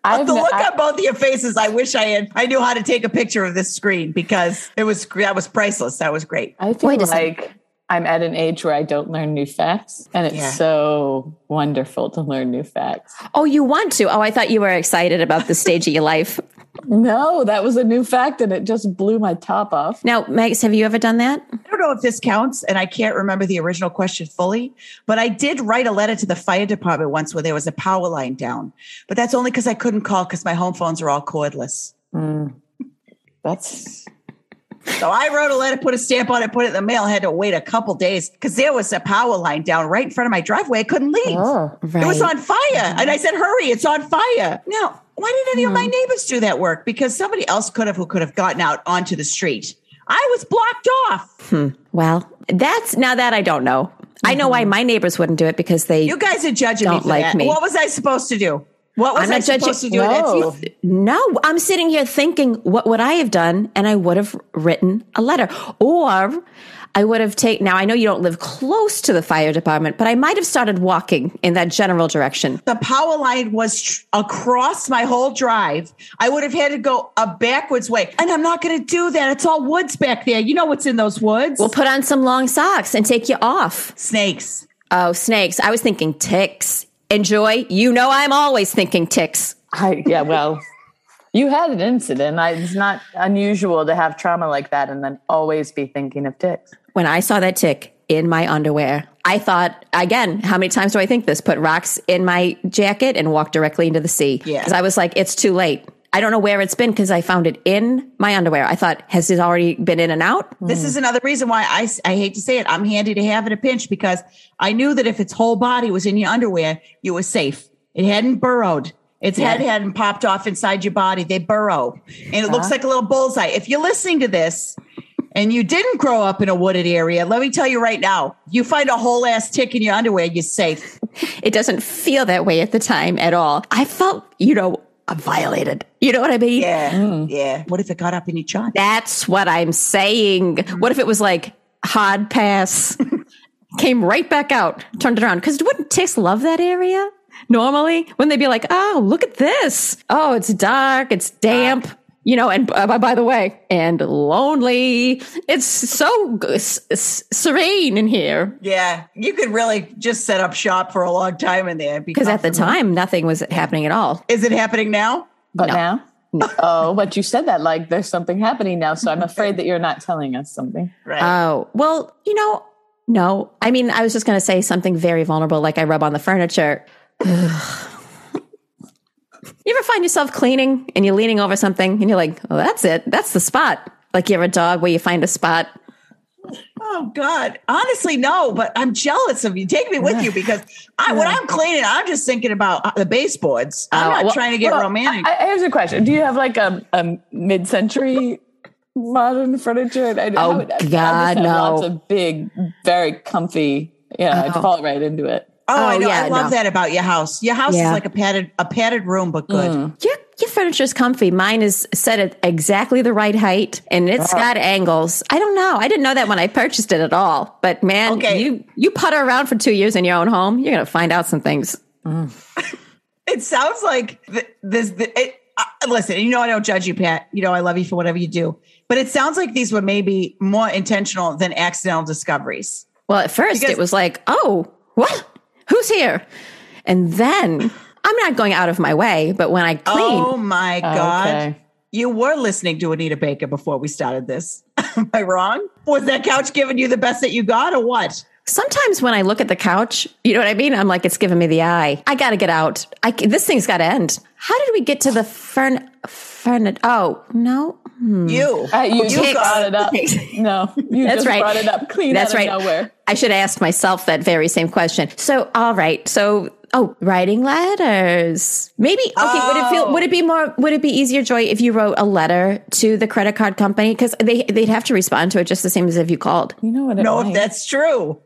Speaker 4: I've
Speaker 2: The
Speaker 4: no-
Speaker 2: look
Speaker 4: I-
Speaker 2: on both of your faces, I wish I had I knew how to take a picture of this screen because it was that was priceless. That was great.
Speaker 4: I feel
Speaker 3: Wait a second.
Speaker 4: like I'm at an age where I don't learn new facts, and it's
Speaker 2: Yeah.
Speaker 4: so wonderful to learn new facts.
Speaker 3: Oh, you want to? Oh, I thought you were excited about this stage of your life.
Speaker 4: No, that was a new fact, and it just blew my top off.
Speaker 3: Now, Max, have you ever done that?
Speaker 2: I don't know if this counts, and I can't remember the original question fully, but I did write a letter to the fire department once where there was a power line down. But that's only because I couldn't call because my home phones are all cordless.
Speaker 4: That's
Speaker 2: So I wrote a letter, put a stamp on it, put it in the mail, had to wait a couple days because there was a power line down right in front of my driveway. I couldn't leave.
Speaker 4: oh,
Speaker 3: Right.
Speaker 2: It was on fire. And I said, hurry, it's on fire. Now, why did any of my neighbors do that work? Because somebody else could have who could have gotten out onto the street. I was blocked off.
Speaker 3: well, that's now that I don't know. I know why my neighbors wouldn't do it because they
Speaker 2: Mm-hmm. You guys are judging me
Speaker 3: Don't
Speaker 2: for
Speaker 3: like
Speaker 2: that.
Speaker 3: me.
Speaker 2: What was I supposed to do? What was
Speaker 3: I'm
Speaker 2: I
Speaker 3: not judging- Oh.
Speaker 2: supposed to do? That's
Speaker 4: No.
Speaker 2: you.
Speaker 3: No, I'm sitting here thinking, what would I have done? And I would have written a letter. Or I would have taken, now I know you don't live close to the fire department, but I might have started walking in that general direction.
Speaker 2: The power line was tr- across my whole drive. I would have had to go a backwards way, and I'm not going to do that. It's all woods back there. You know what's in those woods?
Speaker 3: We'll put on some long socks and take you off.
Speaker 2: Snakes.
Speaker 3: Oh, snakes. I was thinking ticks. Enjoy. You know, I'm always thinking ticks.
Speaker 4: I yeah. Well, you had an incident. I, it's not unusual to have trauma like that, and then always be thinking of ticks.
Speaker 3: When I saw that tick in my underwear, I thought, again, how many times do I think this? Put rocks in my jacket and walk directly into the sea.
Speaker 2: Yeah.
Speaker 3: Because I was like, it's too late. I don't know where it's been because I found it in my underwear. I thought, has it already been in and out?
Speaker 2: This is another reason why I, I hate to say it. I'm handy to have in a pinch because I knew that if its whole body was in your underwear, you were safe. It hadn't burrowed. Its head hadn't popped off inside your body. They burrow. And it looks like a little bullseye. If you're listening to this and you didn't grow up in a wooded area, let me tell you right now, you find a whole ass tick in your underwear, you're safe.
Speaker 3: It doesn't feel that way at the time at all. I felt, you know, violated. You know what I mean?
Speaker 2: Yeah. Yeah. Mm. What if it got up in your chunk?
Speaker 3: That's what I'm saying. What if it was like hard pass, came right back out, turned it around? Because wouldn't ticks love that area normally? Wouldn't they be like, oh, look at this? Oh, it's dark, it's damp. You know, and uh, by- by the way, and lonely. It's so g- s- s- serene in here
Speaker 2: Yeah. You could really just set up shop for a long time in there.
Speaker 3: because at the time nothing was happening at all.
Speaker 2: Is it happening now?
Speaker 4: But now? Oh, but you said that like there's something happening now. So I'm afraid that you're not telling us something.
Speaker 2: Right.
Speaker 3: Oh, well, you know, no. I mean, I was just going to say something very vulnerable, like I rub on the furniture. you ever find yourself cleaning and you're leaning over something and you're like, oh, that's it. That's the spot. Like you have a dog where you find a spot.
Speaker 2: Oh God. Honestly, no, but I'm jealous of you. Take me with you because I when I'm cleaning, I'm just thinking about uh, the baseboards. I'm
Speaker 3: Oh,
Speaker 2: not
Speaker 3: well-
Speaker 2: trying to get
Speaker 4: Well,
Speaker 2: romantic.
Speaker 4: I, I- here's a question. Do you have like a, a mid century modern furniture? I,
Speaker 3: Oh,
Speaker 4: I would- I just
Speaker 3: God,
Speaker 4: have Lots
Speaker 3: no.
Speaker 4: of big, very comfy. Yeah, I'd
Speaker 3: Oh.
Speaker 4: fall right into it.
Speaker 2: oh, I
Speaker 3: oh,
Speaker 2: know.
Speaker 3: yeah,
Speaker 2: I love
Speaker 3: no.
Speaker 2: that about your house. Your house
Speaker 3: Yeah. Mm.
Speaker 2: is like a padded a padded room, but good.
Speaker 3: Your, your furniture's comfy. Mine is set at exactly the right height and it's got angles. I don't know. I didn't know that when I purchased it at all. But man,
Speaker 2: Okay.
Speaker 3: you, you putter around for two years in your own home, you're going to find out some things.
Speaker 2: It sounds like th- this. th- it, uh, listen, you know I don't judge you, Pat. You know I love you for whatever you do. But it sounds like these were maybe more intentional than accidental discoveries.
Speaker 3: Well, at first
Speaker 2: Because-
Speaker 3: it was like, oh, what? Who's here? And then I'm not going out of my way, but when I clean,
Speaker 2: Oh my God.
Speaker 4: Okay.
Speaker 2: You were listening to Anita Baker before we started this. Am I wrong? Was that couch giving you the best that you got or what?
Speaker 3: sometimes when I look at the couch, you know what I mean? I'm like, it's giving me the eye. I got to get out. I, ca- this thing's got to end. How did we get to the fern, fern, oh, no.
Speaker 2: You.
Speaker 4: Uh, you just
Speaker 3: Ticks.
Speaker 4: brought it up.
Speaker 3: Ticks.
Speaker 4: No, you
Speaker 3: That's
Speaker 4: just
Speaker 3: right.
Speaker 4: brought it up clean
Speaker 3: That's
Speaker 4: out
Speaker 3: right.
Speaker 4: of nowhere.
Speaker 3: I should ask myself that very same question. So, all right. So, oh, writing letters. Maybe okay. Would it feel? Would it be
Speaker 4: Oh.
Speaker 3: more? Would it be easier, Joy, if you wrote a letter to the credit card company because they they'd have to respond to it just the same as if you called.
Speaker 4: You know what? It
Speaker 2: know
Speaker 4: might.
Speaker 2: if that's true.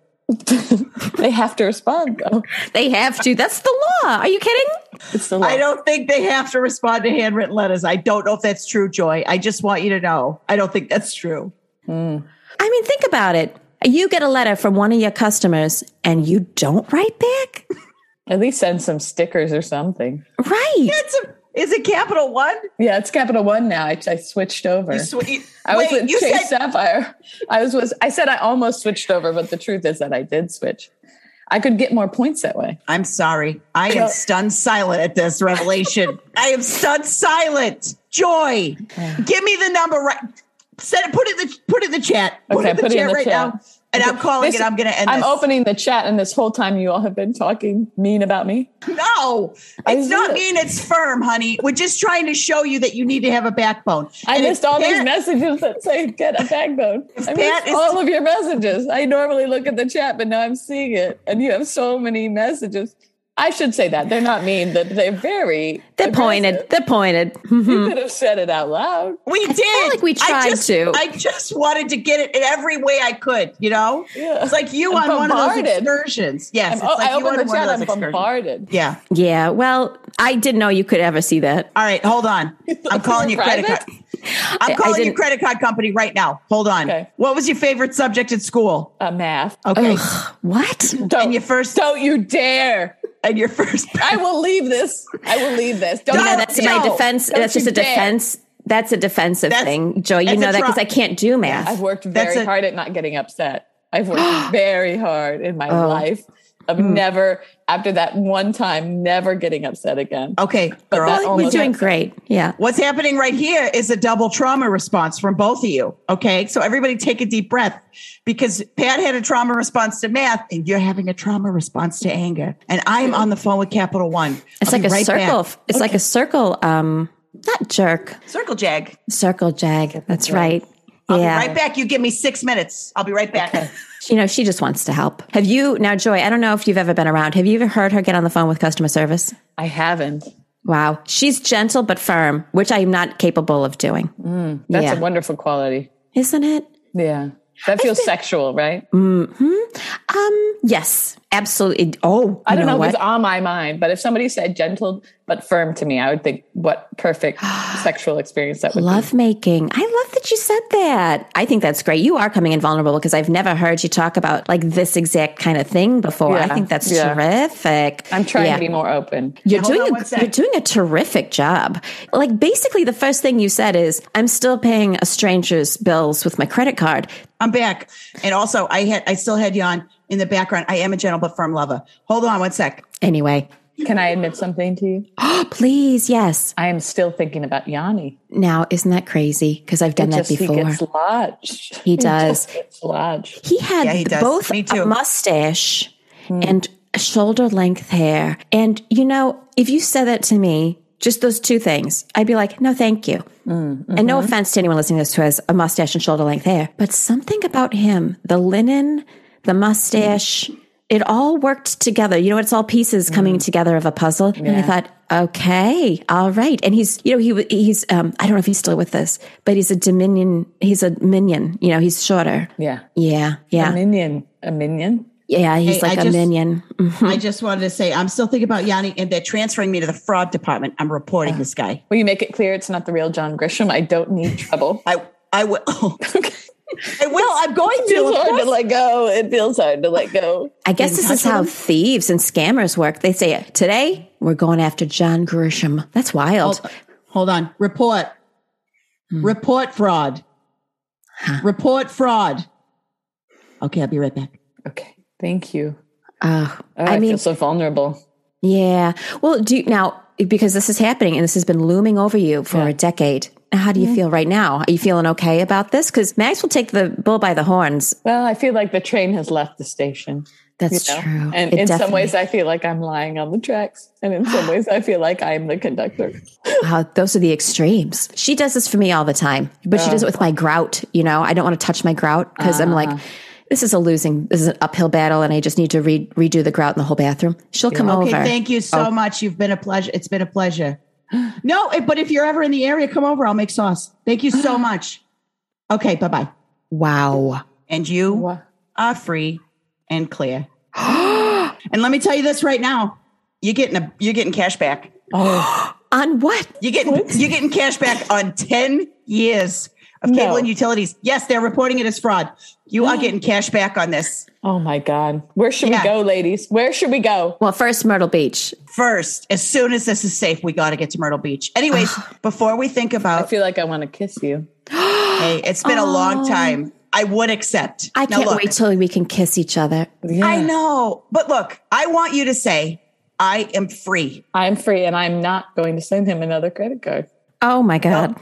Speaker 4: they have to respond though.
Speaker 3: They have to. That's the law. Are you kidding?
Speaker 4: It's the
Speaker 2: I
Speaker 4: law.
Speaker 2: don't think they have to respond to handwritten letters. I don't know if that's true, Joy. I just want you to know. I don't think that's true.
Speaker 3: I mean, think about it. You get a letter from one of your customers and you don't write back,
Speaker 4: At least send some stickers or something.
Speaker 3: right?
Speaker 2: That's a, is it Capital One?
Speaker 4: Yeah, it's Capital One now. I, I switched over.
Speaker 2: You sweet.
Speaker 4: I was
Speaker 2: Wait,
Speaker 4: with
Speaker 2: you
Speaker 4: Chase
Speaker 2: said
Speaker 4: Sapphire. I was was I said I almost switched over, but the truth is that I did switch. I could get more points that way.
Speaker 2: I'm sorry. I am stunned silent at this revelation. I am stunned silent. Joy, give me the number right. Send it. Put it in the put it in the chat. Put
Speaker 4: Okay,
Speaker 2: it in the
Speaker 4: put it in
Speaker 2: chat
Speaker 4: the
Speaker 2: right
Speaker 4: chat.
Speaker 2: now. And I'm calling
Speaker 4: This-
Speaker 2: it. I'm going to end.
Speaker 4: I'm
Speaker 2: this.
Speaker 4: opening the chat, and this whole time you all have been talking mean about me.
Speaker 2: No,
Speaker 4: I
Speaker 2: it's not
Speaker 4: did.
Speaker 2: mean. It's firm, honey. We're just trying to show you that you need to have a backbone.
Speaker 4: I
Speaker 2: And
Speaker 4: missed
Speaker 2: if
Speaker 4: all these
Speaker 2: Pat-
Speaker 4: messages that say get a backbone. I
Speaker 2: Pat
Speaker 4: missed
Speaker 2: is-
Speaker 4: all of your messages. I normally look at the chat, but now I'm seeing it, and you have so many messages. I should say that they're not mean; that they're very.
Speaker 3: They're
Speaker 4: aggressive.
Speaker 3: pointed. They're pointed. Mm-hmm.
Speaker 4: You could have said it out loud.
Speaker 2: We did.
Speaker 3: like we
Speaker 2: I
Speaker 3: tried
Speaker 2: just-
Speaker 3: to.
Speaker 2: I just wanted to get it in every way I could. You know,
Speaker 4: Yeah.
Speaker 2: it's like you
Speaker 4: I'm
Speaker 2: on one of
Speaker 4: bombarded.
Speaker 2: those excursions. Yes,
Speaker 4: I'm,
Speaker 2: it's
Speaker 4: oh,
Speaker 2: like
Speaker 4: I
Speaker 2: you on
Speaker 4: opened the
Speaker 2: one of
Speaker 4: chat. I'm
Speaker 2: those excursions.
Speaker 4: bombarded.
Speaker 2: Yeah.
Speaker 3: Yeah. Well, I didn't know you could ever see that.
Speaker 2: All right, hold on. I'm calling you credit card.
Speaker 4: private?
Speaker 2: I'm
Speaker 3: I
Speaker 2: calling you
Speaker 3: didn't-
Speaker 2: credit card company right now. Hold on.
Speaker 4: Okay.
Speaker 2: What was your favorite subject at school?
Speaker 4: Uh, math.
Speaker 2: Okay.
Speaker 3: What?
Speaker 4: Don't,
Speaker 2: And your first
Speaker 4: Don't you dare!
Speaker 2: and your first
Speaker 4: I will leave this. I will leave this. Don't.
Speaker 3: you know
Speaker 2: Oh, Don't-
Speaker 3: that's
Speaker 2: no,
Speaker 3: my defense
Speaker 4: don't
Speaker 3: that's just
Speaker 4: you
Speaker 3: a
Speaker 4: dare.
Speaker 3: defense that's a defensive
Speaker 2: That's-
Speaker 3: thing joy you
Speaker 2: that's
Speaker 3: know
Speaker 2: a
Speaker 3: that because
Speaker 2: tru-
Speaker 3: i can't do math
Speaker 4: I've worked
Speaker 2: That's
Speaker 4: very
Speaker 2: a-
Speaker 4: hard at not getting upset. I've worked very hard in my
Speaker 3: Oh.
Speaker 4: life of
Speaker 3: Mm.
Speaker 4: never after that one time never getting upset again.
Speaker 3: Oh.
Speaker 2: Okay,
Speaker 4: that
Speaker 2: girl.
Speaker 4: only-
Speaker 3: we're
Speaker 4: almost
Speaker 3: doing
Speaker 4: happened.
Speaker 3: great yeah
Speaker 2: What's happening right here is a double trauma response from both of you. Okay. So everybody take a deep breath because Pat had a trauma response to math and you're having a trauma response to anger. And I'm on the phone with Capital One.
Speaker 3: it's
Speaker 2: I'll
Speaker 3: like
Speaker 2: be
Speaker 3: a
Speaker 2: right back.
Speaker 3: circle it's like a circle um Not jerk.
Speaker 2: Circle jag.
Speaker 3: Circle jag. That's right.
Speaker 2: I'll
Speaker 3: yeah.
Speaker 2: be right back. You give me six minutes. I'll be right back.
Speaker 3: You know, she just wants to help. Have you now, Joy? I don't know if you've ever been around. Have you ever heard her get on the phone with customer service?
Speaker 4: I haven't.
Speaker 3: Wow. She's gentle but firm, which I am not capable of doing.
Speaker 4: That's
Speaker 3: Yeah.
Speaker 4: a wonderful quality.
Speaker 3: Isn't it?
Speaker 4: Yeah. That feels sexual, right?
Speaker 3: Mm, Um, yes, absolutely. Oh,
Speaker 4: I don't know,
Speaker 3: what?
Speaker 4: if it's on my mind, but if somebody said gentle but firm to me, I would think what perfect sexual experience that would
Speaker 3: Love making. I love that you said that. I think that's great. You are coming in vulnerable because I've never heard you talk about like this exact kind of thing before. I
Speaker 4: Yeah,
Speaker 3: think that's
Speaker 4: yeah.
Speaker 3: terrific.
Speaker 4: be. I'm trying
Speaker 3: Yeah.
Speaker 4: to be more open.
Speaker 3: You're
Speaker 2: Hold on
Speaker 3: doing
Speaker 2: one
Speaker 3: a,
Speaker 2: sec.
Speaker 3: you're doing a terrific job. Like basically the first thing you said is I'm still paying a stranger's bills with my credit card.
Speaker 2: I'm back. And also, I had I still had you on in the background. I am a gentle but firm lover. Hold on one sec.
Speaker 3: Anyway,
Speaker 4: Can I admit something to you?
Speaker 3: please, yes.
Speaker 4: I am still thinking about Yanni.
Speaker 3: Now isn't that crazy because I've done that
Speaker 4: Just
Speaker 3: before.
Speaker 4: he gets lodged.
Speaker 3: He does.
Speaker 4: just gets lodged.
Speaker 3: He had
Speaker 2: Yeah, he does.
Speaker 3: both
Speaker 2: Me too. Hmm.
Speaker 3: a mustache and shoulder length hair. And you know, if you said that to me, just those two things, I'd be like, no, thank you.
Speaker 2: Hmm,
Speaker 3: And
Speaker 2: mm-hmm.
Speaker 3: no offense to anyone listening to this who has a mustache and shoulder length hair, but something about him, the linen, the mustache,
Speaker 2: Hmm.
Speaker 3: it all worked together. You know, it's all pieces coming together of a puzzle. And I thought, okay, all right. And he's, you know, he wa- he's, um, I don't know if he's still with this, but he's a Dominion. He's a minion. You know, he's shorter.
Speaker 4: Yeah.
Speaker 3: Yeah,
Speaker 4: A
Speaker 3: yeah,
Speaker 4: minion. A minion.
Speaker 3: yeah. He's
Speaker 2: Hey,
Speaker 3: like
Speaker 2: I
Speaker 3: a
Speaker 2: just-
Speaker 3: minion. Mhm.
Speaker 2: I just wanted to say I'm still thinking about Yanni, and they're transferring me to the fraud department. I'm reporting this guy.
Speaker 4: Will you make it clear it's not the real John Grisham? I don't need trouble.
Speaker 2: I I will.
Speaker 4: okay.
Speaker 2: I will. I'm going
Speaker 4: It
Speaker 2: to.
Speaker 4: feels
Speaker 2: of
Speaker 4: hard to
Speaker 2: course.
Speaker 4: let go. It feels hard to let go.
Speaker 3: I guess this is how thieves and scammers work. They say today we're going after John Grisham. That's wild.
Speaker 2: Hold, hold on. Report. Hmm. Report fraud. Report fraud. Okay, I'll be right back.
Speaker 4: Okay. Thank you.
Speaker 3: Oh,
Speaker 4: Oh,
Speaker 3: I
Speaker 4: I,
Speaker 3: mean,
Speaker 4: feel so vulnerable.
Speaker 3: yeah. Well, do you, now because this is happening and this has been looming over you for a decade. How do you feel right now? Are you feeling okay about this? Because Max will take the bull by the horns.
Speaker 4: Well, I feel like the train has left the station. you
Speaker 3: That's
Speaker 4: know?
Speaker 3: true.
Speaker 4: And
Speaker 3: It
Speaker 4: in some
Speaker 3: definitely-
Speaker 4: ways, I feel like I'm lying on the tracks. And in some ways, I feel like I'm the conductor.
Speaker 3: Wow, those are the extremes. She does this for me all the time, but she does it with my grout. You know, I don't want to touch my grout because I'm like, this is a losing, this is an uphill battle, and I just need to re- redo the grout in the whole bathroom. She'll come
Speaker 2: Okay,
Speaker 3: over. Oh.
Speaker 2: thank you so much. You've been a pleasure. It's been a pleasure. No, eh, but if you're ever in the area, come over. I'll make sauce. Thank you so much. Okay, bye bye.
Speaker 3: wow.
Speaker 2: And you
Speaker 4: Wow.
Speaker 2: are free and clear. and let me tell you this right now: you're getting a you're getting cash back.
Speaker 3: On what?
Speaker 2: You're getting you're getting cash back on ten years of cable
Speaker 4: No.
Speaker 2: and utilities. Yes, they're reporting it as fraud. You are getting cash back on this
Speaker 4: Oh my God. Where should
Speaker 2: Yeah.
Speaker 4: we go, ladies? Where should we go?
Speaker 3: Well, first Myrtle Beach.
Speaker 2: first. As soon as this is safe, we got to get to Myrtle Beach. Anyways, before we think
Speaker 4: I
Speaker 2: about
Speaker 4: feel like I want to kiss you.
Speaker 2: Hey, it's been a long time. I would accept.
Speaker 3: I
Speaker 2: Now
Speaker 3: can't
Speaker 2: look,
Speaker 3: wait till we can kiss each other.
Speaker 2: I know, but look, I want you to say, "I am free."
Speaker 4: I'm free and I'm not going to send him another credit card.
Speaker 3: Oh my God.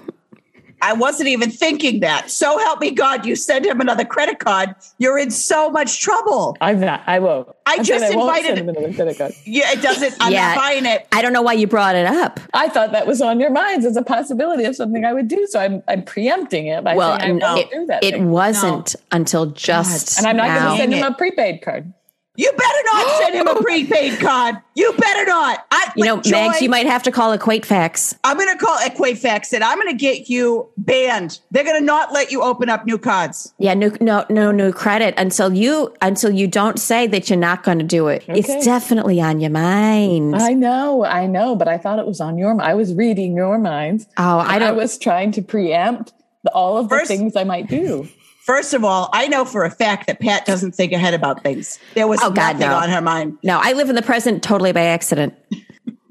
Speaker 2: I wasn't even thinking that. So help me God, you send him another credit card. You're in so much trouble.
Speaker 4: I'm not. I won't.
Speaker 2: I
Speaker 4: I'm
Speaker 2: just
Speaker 4: saying won't
Speaker 2: invited-
Speaker 4: send him another credit card.
Speaker 2: Yeah, it doesn't. I'm
Speaker 3: Yeah.
Speaker 2: not buying it.
Speaker 3: I don't know why you brought it up.
Speaker 4: I thought that was on your minds as a possibility of something I would do. So I'm I'm preempting it by
Speaker 3: Well,
Speaker 4: saying I won't
Speaker 3: it,
Speaker 4: do that.
Speaker 3: it
Speaker 4: thing.
Speaker 3: wasn't until just
Speaker 4: and I'm not
Speaker 3: now.
Speaker 4: going to send
Speaker 2: Dang
Speaker 4: him
Speaker 2: it.
Speaker 4: a prepaid card.
Speaker 2: You better not send him a prepaid card. You better not. I,
Speaker 3: You know,
Speaker 2: like, Joy,
Speaker 3: Mags, you might have to call a Quatefax.
Speaker 2: I'm going to call Equifax and I'm going to get you banned. They're going to not let you open up new cards.
Speaker 3: Yeah, no, no, no, no credit until you until you don't say that you're not going to do it.
Speaker 4: Okay.
Speaker 3: It's definitely on your mind.
Speaker 4: I know, I know, but I thought it was on your. mi- I was reading your minds.
Speaker 2: Uh,
Speaker 3: oh, I
Speaker 4: I
Speaker 3: don't.
Speaker 4: was trying to preempt the, all of the
Speaker 2: First-
Speaker 4: things I might do.
Speaker 2: First of all, I know for a fact that Pat doesn't think ahead about things. There was
Speaker 3: Oh, God,
Speaker 2: nothing
Speaker 3: no.
Speaker 2: on her mind.
Speaker 3: no, I live in the present totally by accident.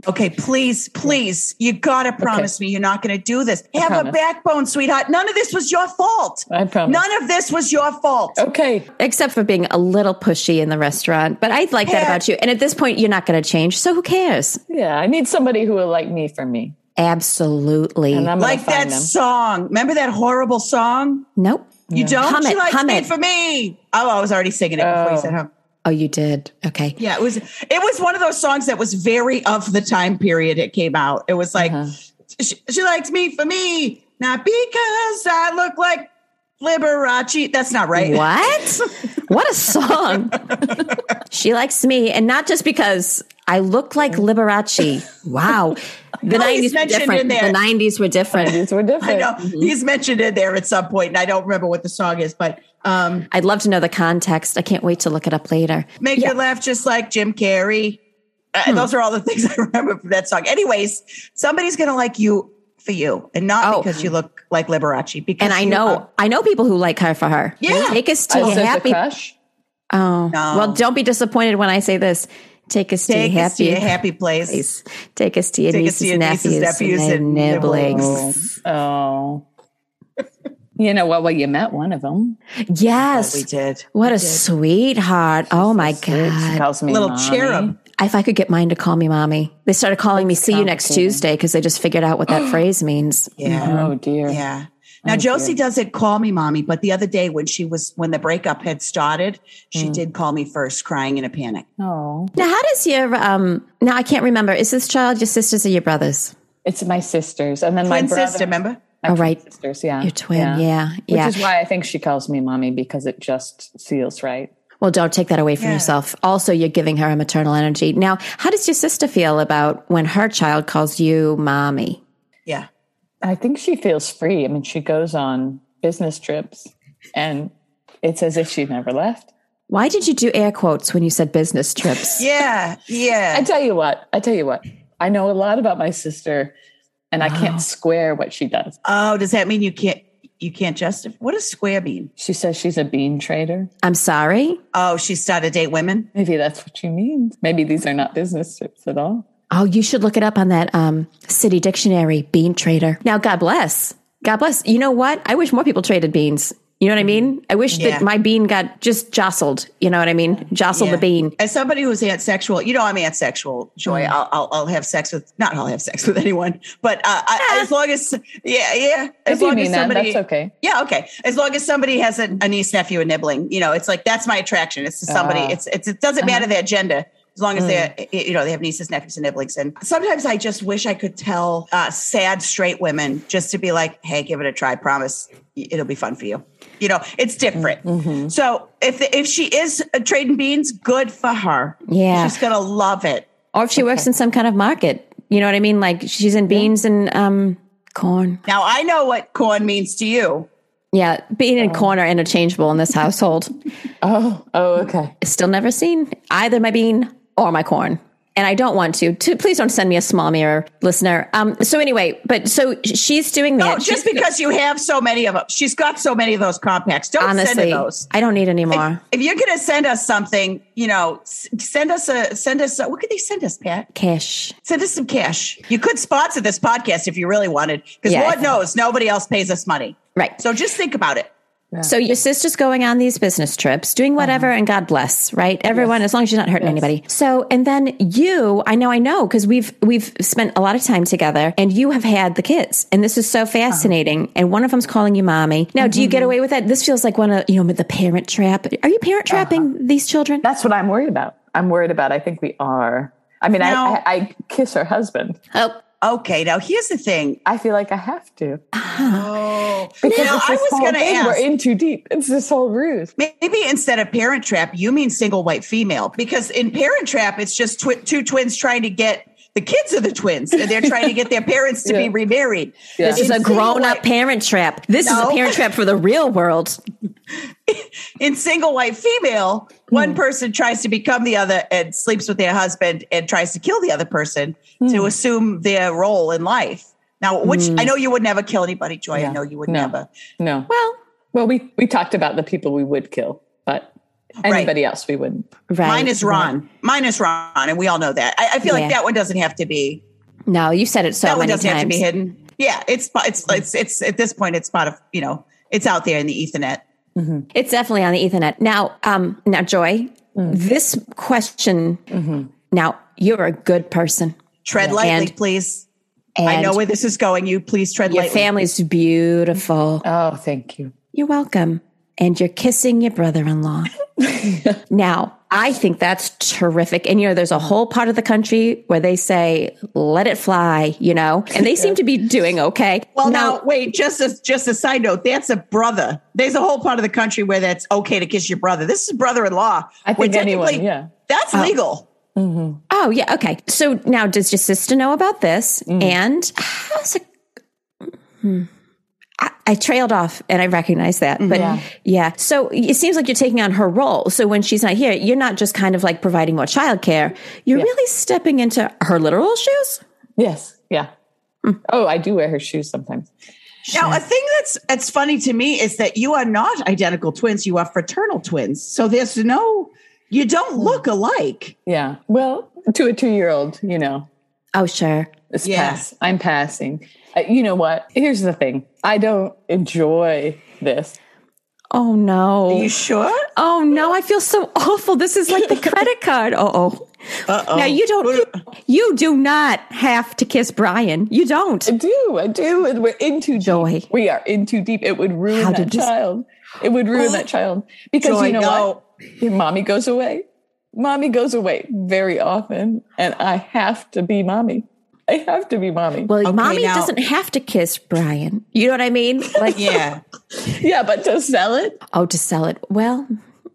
Speaker 2: Okay, please, please, you gotta promise me you're not gonna do this. Have a
Speaker 4: promise.
Speaker 2: backbone, sweetheart. None of this was your fault.
Speaker 4: I promise. Oh,
Speaker 2: None of this was your fault.
Speaker 4: Okay,
Speaker 3: Except for being a little pushy in the restaurant, but I like that
Speaker 2: Yeah.
Speaker 3: about you. And at this point, you're not going to change, so who cares?
Speaker 4: yeah, I need somebody who will like me for me,
Speaker 3: Absolutely,
Speaker 4: and I'm
Speaker 2: Like
Speaker 4: gonna
Speaker 2: that
Speaker 4: find them.
Speaker 2: song. Remember that horrible song?
Speaker 3: nope.
Speaker 2: You don't?
Speaker 3: Hum
Speaker 2: she
Speaker 3: it,
Speaker 2: likes
Speaker 3: hum
Speaker 2: made
Speaker 3: it.
Speaker 2: for me. Oh, I was already singing it before you
Speaker 4: Oh.
Speaker 2: said home.
Speaker 3: Oh, you did. Okay.
Speaker 2: Yeah,
Speaker 3: Uh-huh.
Speaker 2: it was it was one of those songs that was very of the time period it came out. It was like
Speaker 4: perfect.
Speaker 2: She, she likes me for me, not because I look like Liberace. That's not right.
Speaker 3: What? what a song. she likes me, and not just because I look like Liberace. Wow. The
Speaker 2: No, he's
Speaker 3: 90s were
Speaker 2: mentioned in
Speaker 3: different. The
Speaker 2: there.
Speaker 3: 90s were different.
Speaker 4: These were
Speaker 2: I
Speaker 4: different.
Speaker 2: know
Speaker 3: Mm-hmm.
Speaker 2: he's mentioned it there at some point, and I don't remember what the song is, but um,
Speaker 3: I'd love to know the context. I can't wait to look it up later.
Speaker 2: make you laugh just like Jim Carrey. Uh,
Speaker 3: Hmm.
Speaker 2: Those are all the things I remember from that song. Anyways, somebody's gonna like you for you, and not
Speaker 3: Oh.
Speaker 2: because you look like Liberace. Because
Speaker 3: And I
Speaker 2: you
Speaker 3: know,
Speaker 2: are-
Speaker 3: I know people who like her for her.
Speaker 2: Yeah.
Speaker 3: Take us to
Speaker 4: I sense a
Speaker 3: happy.
Speaker 4: crush.
Speaker 3: Oh,
Speaker 2: No.
Speaker 3: well, don't be disappointed when I say this. Take us
Speaker 2: take
Speaker 3: to
Speaker 2: us to
Speaker 3: happy.
Speaker 2: a happy place.
Speaker 3: place. Take us to your
Speaker 2: Take us
Speaker 3: nieces,
Speaker 2: to your nieces,
Speaker 3: nephews,
Speaker 2: nephews,
Speaker 3: and,
Speaker 2: and
Speaker 3: their
Speaker 2: nibblings.
Speaker 3: nibblings.
Speaker 4: Oh. You know what? Well, you met one of them.
Speaker 3: Yes.
Speaker 2: We did
Speaker 3: What a sweetheart. oh my God.
Speaker 4: She calls me
Speaker 2: little
Speaker 4: mommy.
Speaker 2: cherub.
Speaker 3: If I could get mine to call me mommy, they started calling me see you next
Speaker 4: complicated.
Speaker 3: Tuesday because they just figured out what that phrase means.
Speaker 2: Yeah.
Speaker 4: Oh dear.
Speaker 2: Yeah. Now Josie doesn't call me mommy, but the other day when she was when the breakup had started, she did call me first, crying in a panic.
Speaker 4: Oh.
Speaker 3: Now, how does your, um, now I can't remember, is this child your sister's or your brother's?
Speaker 4: It's my sisters. And then my
Speaker 2: Twin
Speaker 4: brother.
Speaker 2: sister, remember?
Speaker 4: My
Speaker 3: Oh,
Speaker 4: twin
Speaker 3: right.
Speaker 4: Sisters, yeah.
Speaker 3: Your twin. Yeah. Yeah.
Speaker 4: Which is why I think she calls me mommy because it just feels right.
Speaker 3: well, don't take that away from
Speaker 2: Yeah.
Speaker 3: yourself. Also, you're giving her a maternal energy. Now, how does your sister feel about when her child calls you mommy?
Speaker 2: Yeah.
Speaker 4: I think she feels free. I mean, she goes on business trips and it's as if she never left.
Speaker 3: Why did you do air quotes when you said business trips?
Speaker 2: Yeah.
Speaker 4: I
Speaker 2: Yeah.
Speaker 4: tell you what, I tell you what, I know a lot about my sister and I can't square what she does.
Speaker 2: Oh, does that mean you can't you can't justify what does square mean?
Speaker 4: She says she's a bean trader.
Speaker 3: I'm sorry.
Speaker 2: Oh, she started to date women?
Speaker 4: Maybe that's what she means. Maybe these are not business trips at all.
Speaker 3: Oh, you should look it up on that um, city dictionary, bean trader. Now, God bless. God bless. You know what? I wish more people traded beans. You know what I mean? I wish
Speaker 2: Yeah.
Speaker 3: that my bean got just jostled. You know what I mean? Jostled
Speaker 2: Yeah.
Speaker 3: the bean.
Speaker 2: As somebody who's antsexual, you know I'm antsexual, Joy. I'll, I'll I'll have sex with not I'll have sex with anyone, but uh, I, as long as yeah yeah as
Speaker 4: Ah. if you
Speaker 2: long
Speaker 4: mean
Speaker 2: as
Speaker 4: that,
Speaker 2: somebody
Speaker 4: that's okay.
Speaker 2: Yeah, okay. As long as somebody has a, a niece, nephew, and nibbling, you know, it's like that's my attraction. It's to somebody.
Speaker 4: Ah.
Speaker 2: it's it's it doesn't
Speaker 3: Uh-huh.
Speaker 2: matter their gender. As long as they're,
Speaker 3: Mm.
Speaker 2: you know, they have nieces, nephews, and nibblings. And sometimes I just wish I could tell uh, sad straight women just to be like, hey, give it a try. Promise y- it'll be fun for you. You know, it's different.
Speaker 3: Mm, mm-hmm.
Speaker 2: So if the, if she is uh, trading beans, good for her.
Speaker 3: Yeah.
Speaker 2: She's going to love it.
Speaker 3: Or if she works in some kind of market. You know what I mean? Like she's in beans and um, corn.
Speaker 2: Now, I know what corn means to you.
Speaker 3: Yeah, bean
Speaker 2: Oh.
Speaker 3: and corn are interchangeable in this household.
Speaker 4: Oh, oh, okay.
Speaker 3: Still never seen either my bean or my corn. And I don't want to. to please don't send me a small mirror, listener. Um, so anyway, but so she's doing
Speaker 2: Oh,
Speaker 3: that.
Speaker 2: just because you have so many of them. She's got so many of those compacts. Don't send her
Speaker 3: honestly,
Speaker 2: those.
Speaker 3: I don't need any more.
Speaker 2: if you're going to send us something, you know, s- send us a send us a, what could they send us, Pat?
Speaker 3: Cash.
Speaker 2: Send us some cash. You could sponsor this podcast if you really wanted, because
Speaker 3: Yeah,
Speaker 2: Lord
Speaker 3: I-
Speaker 2: knows nobody else pays us money.
Speaker 3: Right.
Speaker 2: So just think about it.
Speaker 3: So your sister's going on these business trips, doing whatever, and God bless, right? Everyone, as long as she's not hurting anybody. So, and then you, I know, I know, because we've we've spent a lot of time together, and you have had the kids, and this is so fascinating. And one of them's calling you mommy. Now, do you get away with that? This feels like one of you know the parent trap. Are you parent trapping these children?
Speaker 4: That's what I'm worried about. I'm worried about. I think we are. I mean,
Speaker 2: No.
Speaker 4: I, I, I kiss her husband.
Speaker 3: Oh,
Speaker 2: Okay, now here's the thing.
Speaker 4: I feel like I have to.
Speaker 2: Oh,
Speaker 4: Because
Speaker 2: now,
Speaker 4: it's
Speaker 2: I
Speaker 4: this
Speaker 2: was
Speaker 4: whole
Speaker 2: going to
Speaker 4: thing.
Speaker 2: ask.
Speaker 4: We're in too deep. It's this whole ruse.
Speaker 2: Maybe instead of parent trap, you mean single white female because in parent trap, it's just twi- two twins trying to get the kids of the twins and they're trying to get their parents to be
Speaker 4: Yeah.
Speaker 2: remarried.
Speaker 4: Yeah.
Speaker 3: this is a
Speaker 2: In Single
Speaker 3: grown up
Speaker 2: White-
Speaker 3: parent trap. This is
Speaker 2: No.
Speaker 3: a parent trap for the real world.
Speaker 2: in single white female,
Speaker 3: Hmm.
Speaker 2: one person tries to become the other and sleeps with their husband and tries to kill the other person
Speaker 3: Hmm.
Speaker 2: to assume their role in life. Now, which I know you would never kill anybody, Joy. I
Speaker 4: Yeah.
Speaker 2: know you would
Speaker 4: No.
Speaker 2: never.
Speaker 4: No.
Speaker 3: Well,
Speaker 4: Well, we we talked about the people we would kill, but anybody else we wouldn't.
Speaker 3: right.
Speaker 2: Mine is Ron. Mine is Ron, and we all know that. I, I feel
Speaker 3: Yeah.
Speaker 2: like that one doesn't have to be.
Speaker 3: No, you said it so
Speaker 2: That one
Speaker 3: many
Speaker 2: doesn't have to
Speaker 3: times.
Speaker 2: be hidden. Yeah, it's it's it's it's at this point, it's part of you know, it's out there in the Ethernet.
Speaker 3: It's definitely on the Ethernet. Now, um, now, Joy,
Speaker 2: Mm.
Speaker 3: this question.
Speaker 2: Mm-hmm.
Speaker 3: Now, you're a good person,
Speaker 2: Tread lightly,
Speaker 3: And-
Speaker 2: please.
Speaker 3: and
Speaker 2: I know where this is going. You please tread
Speaker 3: your
Speaker 2: lightly.
Speaker 3: family's beautiful.
Speaker 4: Oh, thank you.
Speaker 3: You're welcome, and you're kissing your brother-in-law. Now, I think that's terrific. And you know, there's a whole part of the country where they say, let it fly, you know, and they seem to be doing okay.
Speaker 2: Well, now, wait, just a, just a side note. That's a brother. There's a whole part of the country where that's okay to kiss your brother. This is brother-in-law.
Speaker 4: I
Speaker 2: where
Speaker 4: think anyone,
Speaker 2: technically
Speaker 4: yeah.
Speaker 2: That's legal.
Speaker 3: oh yeah. Okay. So now does your sister know about this? And how's it? hmm. I, I trailed off and I recognize that, but Mm-hmm. yeah. So it seems like you're taking on her role. So when she's not here, you're not just kind of like providing more childcare. You're really stepping into her literal shoes.
Speaker 4: Yes. Yeah.
Speaker 2: Hmm.
Speaker 4: Oh, I do wear her shoes sometimes.
Speaker 2: Now, a thing that's that's funny to me is that you are not identical twins. You are fraternal twins. So there's no, you don't look alike.
Speaker 4: Yeah. Well, to a two year old, you know,
Speaker 3: Oh, sure.
Speaker 4: it's
Speaker 2: Yeah.
Speaker 4: pass. I'm passing. Uh, you know what? Here's the thing I don't enjoy this.
Speaker 3: Oh
Speaker 2: Are
Speaker 3: no.
Speaker 2: you sure?
Speaker 3: Oh no, I feel so awful. This is like the credit card. Uh oh.
Speaker 2: Uh-oh.
Speaker 3: Now you don't. You, you do not have to kiss Brian. You don't.
Speaker 4: I do. I do. And we're in too deep.
Speaker 3: Joy.
Speaker 4: We are in too deep. It would ruin
Speaker 3: How
Speaker 4: that
Speaker 3: did this-
Speaker 4: child. It would ruin that child. Because
Speaker 2: Joy,
Speaker 4: you know
Speaker 2: no.
Speaker 4: what? Your mommy goes away. Mommy goes away very often. And I have to be mommy. I have to be mommy.
Speaker 3: Well,
Speaker 2: Okay,
Speaker 3: mommy
Speaker 2: now-
Speaker 3: doesn't have to kiss Brian. You know what I mean? Like,
Speaker 2: Yeah.
Speaker 4: yeah, but to sell it,
Speaker 3: oh, to sell it. Well,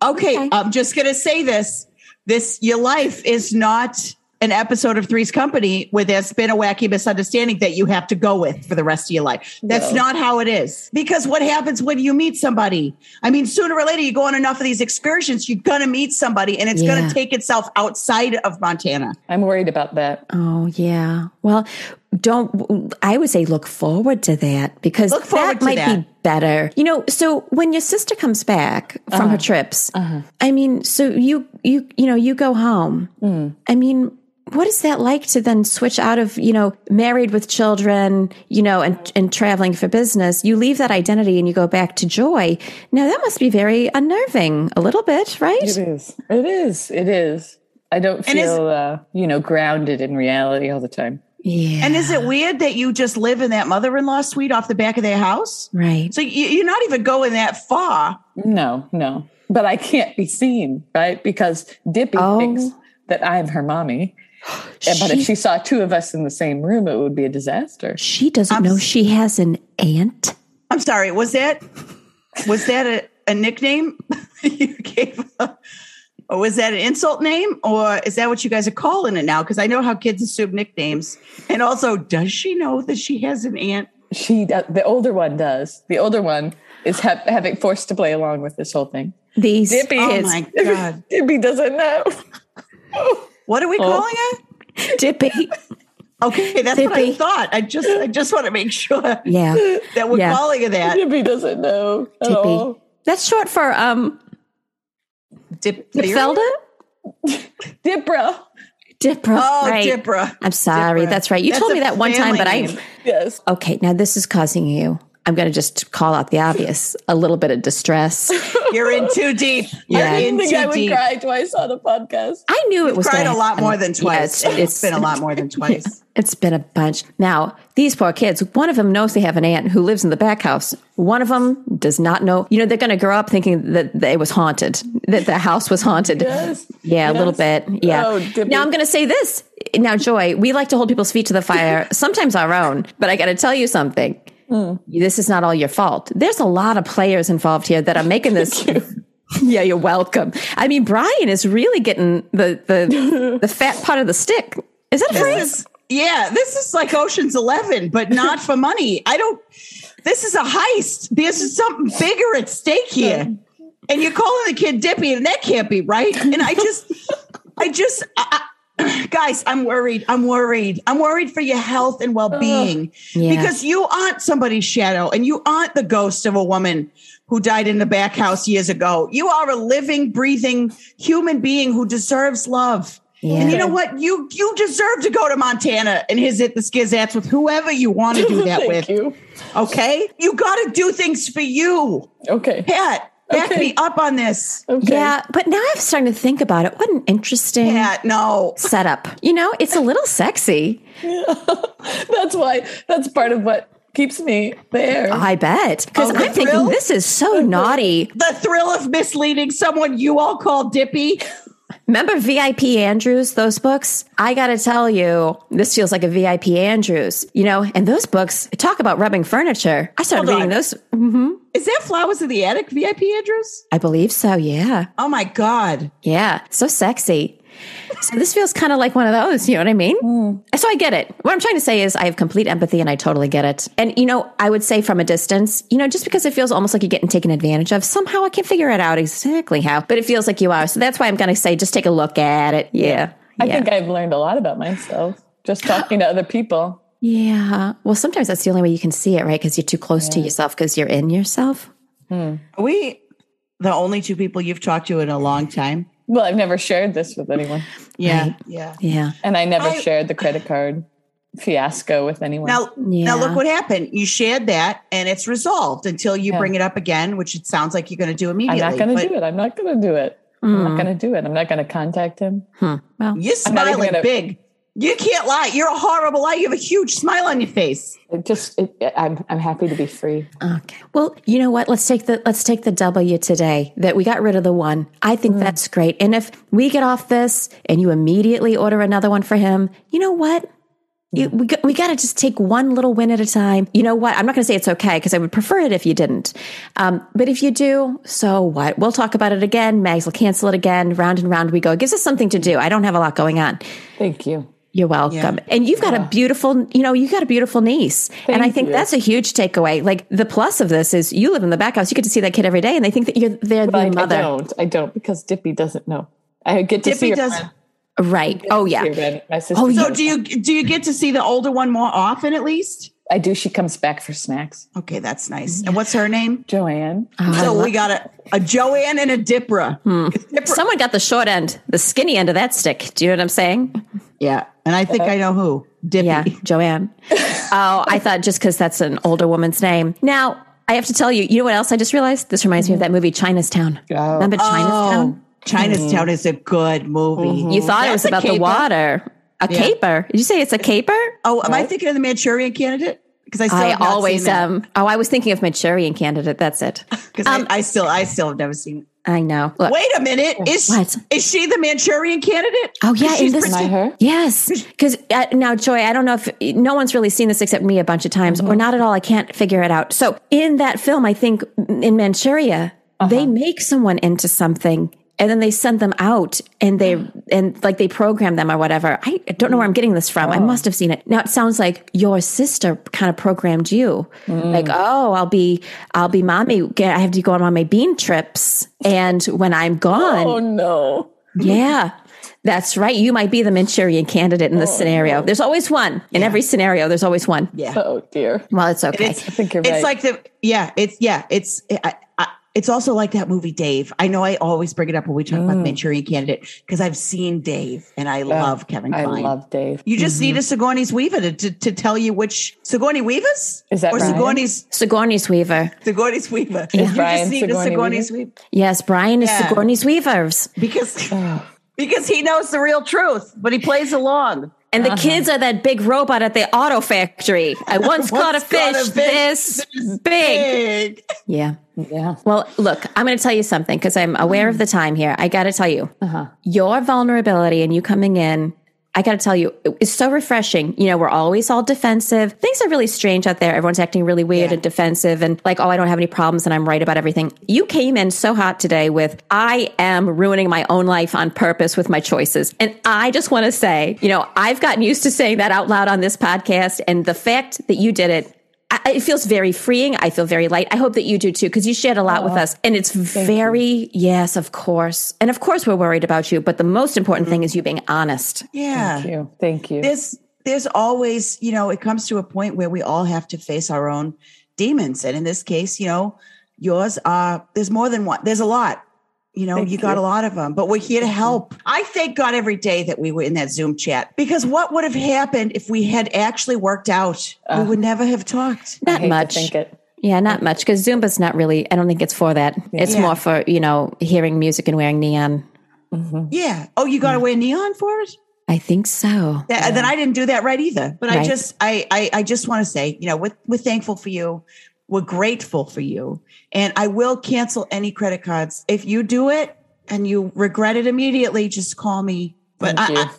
Speaker 2: Okay,
Speaker 3: Okay.
Speaker 2: I'm just gonna say this: this your life is not an episode of Three's Company where there's been a wacky misunderstanding that you have to go with for the rest of your life. That's
Speaker 4: No.
Speaker 2: not how it is. Because what happens when you meet somebody? I mean, sooner or later, you go on enough of these excursions, you're gonna meet somebody, and it's
Speaker 3: Yeah.
Speaker 2: gonna take itself outside of Montana.
Speaker 4: I'm worried about that.
Speaker 3: oh yeah. Well, don't. I would say look forward to that because
Speaker 2: Look forward
Speaker 3: that
Speaker 2: to
Speaker 3: might
Speaker 2: that.
Speaker 3: be better. You know. So when your sister comes back from
Speaker 2: Uh-huh.
Speaker 3: her trips, I mean, so you you you know you go home.
Speaker 2: Mm.
Speaker 3: I mean. What is that like to then switch out of, you know, married with children, you know, and, and traveling for business? You leave that identity and you go back to joy. Now, that must be very unnerving a little bit, right?
Speaker 4: It is. It is. It is. I don't
Speaker 2: And is-
Speaker 4: feel, uh, you know, grounded in reality all the time.
Speaker 3: Yeah.
Speaker 2: And is it weird that you just live in that mother-in-law suite off the back of their house?
Speaker 3: Right.
Speaker 2: So you, you're not even going that far.
Speaker 4: No, no. But I can't be seen, right? Because Dippy
Speaker 3: Oh.
Speaker 4: thinks that I'm her mommy. And- But if
Speaker 3: She-
Speaker 4: she saw two of us in the same room, it would be a disaster.
Speaker 3: She doesn't know she has an aunt.
Speaker 2: I'm sorry. Was that was that a, a nickname you gave? her? Or was that an insult name? Or is that what you guys are calling it now? Because I know how kids assume nicknames. And also, does she know that she has an aunt?
Speaker 4: She, do- the older one, does. The older one is ha- having forced to play along with this whole thing.
Speaker 3: These
Speaker 4: Dippy,
Speaker 2: Oh
Speaker 3: kids,
Speaker 2: my god!
Speaker 4: Dippy doesn't know.
Speaker 2: What are we
Speaker 3: Oh.
Speaker 2: calling her?
Speaker 3: Dippy.
Speaker 2: Okay, that's what I
Speaker 3: Dippy.
Speaker 2: thought. I just I just want to make sure that
Speaker 3: Yeah.
Speaker 2: we're
Speaker 3: Yeah.
Speaker 2: calling her that.
Speaker 4: Dippy doesn't know at
Speaker 3: Dippy.
Speaker 4: all.
Speaker 3: That's short for um
Speaker 2: Dip-
Speaker 3: Felda?
Speaker 4: Dipra.
Speaker 3: Dipra.
Speaker 2: Oh,
Speaker 3: right.
Speaker 2: Dipra.
Speaker 3: I'm sorry.
Speaker 2: Dipra.
Speaker 3: That's right. You
Speaker 2: That's
Speaker 3: told
Speaker 2: a
Speaker 3: me that one
Speaker 2: family
Speaker 3: time, but
Speaker 2: name.
Speaker 3: I
Speaker 4: Yes.
Speaker 3: Okay, now this is causing you I'm going to just call out the obvious, a little bit of distress.
Speaker 2: You're in too deep.
Speaker 3: Yeah.
Speaker 2: You're
Speaker 4: I
Speaker 2: in
Speaker 4: didn't think I
Speaker 2: too
Speaker 4: would
Speaker 2: deep.
Speaker 4: cry twice on a podcast.
Speaker 3: I knew it was
Speaker 2: Cried a
Speaker 3: gonna
Speaker 2: lot more than
Speaker 3: happen. Yeah,
Speaker 2: twice.
Speaker 3: it's-
Speaker 2: it's been a lot more than twice.
Speaker 3: It's been a bunch. Now, these poor kids, one of them knows they have an aunt who lives in the back house. One of them does not know. You know, they're going to grow up thinking that that it was haunted, that the house was haunted.
Speaker 4: Yes.
Speaker 3: Yeah, a little
Speaker 4: Yes.
Speaker 3: bit. Yeah.
Speaker 4: Oh, Dippy.
Speaker 3: now, I'm going to say this. Now, Joy, we like to hold people's feet to the fire, sometimes our own, but I got to tell you something.
Speaker 2: Hmm.
Speaker 3: This is not all your fault. There's a lot of players involved here that are making this. Yeah, you're welcome. I mean, Brian is really getting the the the fat part of the stick. Is that a phrase?
Speaker 2: This is- yeah, this is like Ocean's Eleven, but not for money. I don't. This is a heist. There's something bigger at stake here, and you're calling the kid Dippy, and that can't be right. And I just, I just, I, I- guys, I'm worried. I'm worried. I'm worried for your health and well being
Speaker 3: Yeah.
Speaker 2: because you aren't somebody's shadow, and you aren't the ghost of a woman. Who died in the back house years ago? You are a living, breathing human being who deserves love. And you
Speaker 3: Yeah.
Speaker 2: know what? You you deserve to go to Montana and his hit the skizats with whoever you want to do that
Speaker 4: Thank
Speaker 2: with.
Speaker 4: you.
Speaker 2: Okay, you got to do things for you,
Speaker 4: Okay.
Speaker 2: Pat. Back
Speaker 4: Okay.
Speaker 2: me up on this,
Speaker 4: Okay.
Speaker 3: Yeah, but now I'm starting to think about it. What an interesting
Speaker 2: Pat. No,
Speaker 3: setup. You know, it's a little sexy.
Speaker 4: that's why that's part of what keeps me there.
Speaker 3: I bet. Because
Speaker 2: Oh, the
Speaker 3: I'm thinking
Speaker 2: thrill?
Speaker 3: this is so naughty.
Speaker 2: The thrill of misleading someone you all call Dippy.
Speaker 3: Remember VIP Andrews, those books? I gotta tell you, this feels like a VIP Andrews, you know, and those books talk about rubbing furniture. I started
Speaker 2: Hold
Speaker 3: reading
Speaker 2: on.
Speaker 3: those. hmm
Speaker 2: Is that Flowers in the Attic VIP Andrews?
Speaker 3: I believe so. Yeah.
Speaker 2: Oh my God.
Speaker 3: Yeah. So sexy. So this feels kind of like one of those, you know what I mean? So I get it. What I'm trying to say is I have complete empathy and I totally get it. And you know, I would say from a distance, you know, just because it feels almost like you're getting taken advantage of, somehow I can't figure it out exactly how, but it feels like you are. So that's why I'm going to say just take a look at it. Yeah.
Speaker 4: I
Speaker 3: yeah.
Speaker 4: think I've learned a lot about myself just talking to other people.
Speaker 3: Yeah. Well, sometimes that's the only way you can see it, right? Because you're too close to yourself because you're in yourself.
Speaker 2: Are we the only two people you've talked to in a long time?
Speaker 4: Well, I've never shared this with anyone,
Speaker 2: Yeah. Yeah.
Speaker 3: Yeah.
Speaker 4: and I never
Speaker 2: I-
Speaker 4: shared the credit card fiasco with anyone.
Speaker 2: Now,
Speaker 3: Yeah.
Speaker 2: now look what happened. You shared that, and it's resolved until you
Speaker 4: Yeah.
Speaker 2: bring it up again, which it sounds like you're going to do
Speaker 4: I'm
Speaker 2: immediately.
Speaker 4: not going to do it. I'm not going to do it. I'm
Speaker 3: Mm.
Speaker 4: not going to do it. I'm not going to contact him.
Speaker 3: Hmm. Well,
Speaker 2: You're
Speaker 4: I'm not even
Speaker 2: smiling
Speaker 4: gonna-
Speaker 2: big. You can't lie. You're a horrible liar. You have a huge smile on your face.
Speaker 4: It just, it, I'm, I'm happy to be free.
Speaker 3: Okay. Well, you know what? Let's take the let's take the W today. That we got rid of the one. I think that's great. And if we get off this and you immediately order another one for him, you know what? You, we got, we got to just take one little win at a time. You know what? I'm not going to say it's okay because I would prefer it if you didn't. Um, but if you do, so what? We'll talk about it again. Mags will cancel it again. Round and round we go. It gives us something to do. I don't have a lot going on.
Speaker 4: Thank you.
Speaker 3: You're welcome. And you've got a beautiful, you know, you've got a beautiful niece. and I think
Speaker 4: you.
Speaker 3: that's a huge takeaway. Like the plus of this is you live in the back house, you get to see that kid every day and they think that you're they're
Speaker 4: But I,
Speaker 3: their
Speaker 4: I
Speaker 3: mother.
Speaker 4: don't. I don't because Dippy doesn't know. I get to
Speaker 2: Dippy
Speaker 4: see her
Speaker 2: does.
Speaker 4: friend-
Speaker 3: Right. Oh yeah.
Speaker 4: see her friend, my sister.
Speaker 3: Oh, you-
Speaker 2: So do you do you get to see the older one more often at least?
Speaker 4: I do. She comes back for snacks.
Speaker 2: Okay, that's nice. And what's her
Speaker 4: Mm-hmm.
Speaker 2: name?
Speaker 4: Joanne.
Speaker 3: I
Speaker 2: so
Speaker 3: love-
Speaker 2: we got a, a Joanne and a Dipra.
Speaker 4: Hmm.
Speaker 2: Dipra-
Speaker 3: Someone got the short end, the skinny end of that stick. Do you know what I'm saying?
Speaker 2: yeah, and I think
Speaker 4: Uh,
Speaker 2: I know who. Dippy.
Speaker 3: Yeah, Joanne. oh, I thought just because that's an older woman's name. Now, I have to tell you, you know what else I just realized? This reminds me of that movie Chinastown.
Speaker 4: Oh. Mm-hmm.
Speaker 3: Remember Chinastown?
Speaker 2: Oh, Chinatown is a good movie.
Speaker 3: You thought it was
Speaker 2: That's a
Speaker 3: about the
Speaker 2: caper.
Speaker 3: water. A
Speaker 2: Yeah.
Speaker 3: caper. Did you say it's a caper?
Speaker 2: Oh, am I thinking of the Manchurian Candidate? Because I still
Speaker 3: I
Speaker 2: have not
Speaker 3: always
Speaker 2: seen that.
Speaker 3: um oh I was thinking of Manchurian candidate. That's it.
Speaker 2: 'Cause
Speaker 3: Um,
Speaker 2: I- I, still I still have never seen. it.
Speaker 3: I know. Look.
Speaker 2: Wait a minute, is
Speaker 3: What?
Speaker 2: is she the Manchurian Candidate?
Speaker 3: Oh yeah,
Speaker 2: 'Cause
Speaker 3: in
Speaker 2: she's
Speaker 3: this
Speaker 4: Am I her?
Speaker 3: yes, because uh, now Joy, I don't know if no one's really seen this except me a bunch of times, or not at all. I can't figure it out. So in that film, I think mm, in Manchuria, they make someone into something, and then they send them out, and they and like they program them or whatever. I don't know where I'm getting this from. I must have seen it. Now it sounds like your sister kind of programmed you, like oh, I'll be I'll be mommy. I have to go on all my bean trips, and when I'm gone,
Speaker 4: Oh no.
Speaker 3: yeah, that's right. You might be the Manchurian candidate in this scenario. There's always one. In every scenario, there's always one.
Speaker 2: Oh, Yeah.
Speaker 4: Oh dear.
Speaker 3: Well, it's okay.
Speaker 2: It's,
Speaker 4: think you're
Speaker 2: it's
Speaker 4: right.
Speaker 2: like the yeah, it's yeah, it's I, I, it's also like that movie Dave. I know I always bring it up when we talk about
Speaker 4: Mm.
Speaker 2: the Manchurian Candidate because I've seen Dave and I love Kevin
Speaker 4: I
Speaker 2: Kline.
Speaker 4: love Mm-hmm. Dave.
Speaker 2: you just need a Sigourney's Weaver to, to, to tell you which Sigourney Weaver's
Speaker 4: Is that
Speaker 2: or
Speaker 4: Brian?
Speaker 2: Sigourney's
Speaker 3: Sigourney's Weaver.
Speaker 2: Sigourney's Weaver. You
Speaker 4: Brian
Speaker 2: just need a
Speaker 4: Sigourney
Speaker 2: Sigourney's Weaver
Speaker 3: Yes, Brian is
Speaker 2: Yeah.
Speaker 3: Sigourney's Weaver's.
Speaker 2: because because he knows the real truth, but he plays along.
Speaker 3: And the kids are that big robot at the auto factory. I once, caught a
Speaker 2: Once caught
Speaker 3: fish,
Speaker 2: a fish
Speaker 3: this, big.
Speaker 2: Big.
Speaker 3: Yeah.
Speaker 4: Yeah.
Speaker 3: Well, look, I'm going to tell you something because I'm aware of the time here. I got to tell you, your vulnerability and you coming in, I got to tell you, it- it's so refreshing. You know, we're always all defensive. Things are really strange out there. Everyone's acting really weird and defensive and like, oh, I don't have any problems and I'm right about everything. You came in so hot today with, I am ruining my own life on purpose with my choices. And I just want to say, you know, I've gotten used to saying that out loud on this podcast. And the fact that you did it, I, it feels very freeing. I feel very light. I hope that you do too, because you shared a lot
Speaker 2: Oh,
Speaker 3: with us. And it's very, yes, of course. And of course, we're worried about you. But the most important thing is you being honest.
Speaker 2: Yeah.
Speaker 4: Thank you. Thank you.
Speaker 2: there's there's always you know it comes to a point where we all have to face our own demons and in this case you know yours are there's more than one there's a lot you know you got a lot of them but we're here to help i thank god every day that we were in that zoom chat because what would have happened if we had actually worked out
Speaker 4: Uh-huh.
Speaker 2: we would never have talked
Speaker 4: I
Speaker 3: Not
Speaker 4: hate
Speaker 3: much.
Speaker 4: To think it.
Speaker 3: Yeah, not much. Because Zumba's not really, I don't think it's for that. It's
Speaker 2: Yeah.
Speaker 3: more
Speaker 4: Mm-hmm.
Speaker 3: for, you know, hearing music and wearing neon.
Speaker 2: yeah oh you got to wear neon for it
Speaker 3: I I think so.
Speaker 2: Th- Then I didn't do that right either. But I
Speaker 3: Right.
Speaker 2: just, I, I, I just want to say, you know, we're, we're thankful for you. We're grateful for you. And I will cancel any credit cards. If you do it and you regret it immediately, just call me. But
Speaker 4: Thank
Speaker 2: I,
Speaker 4: you.
Speaker 2: I,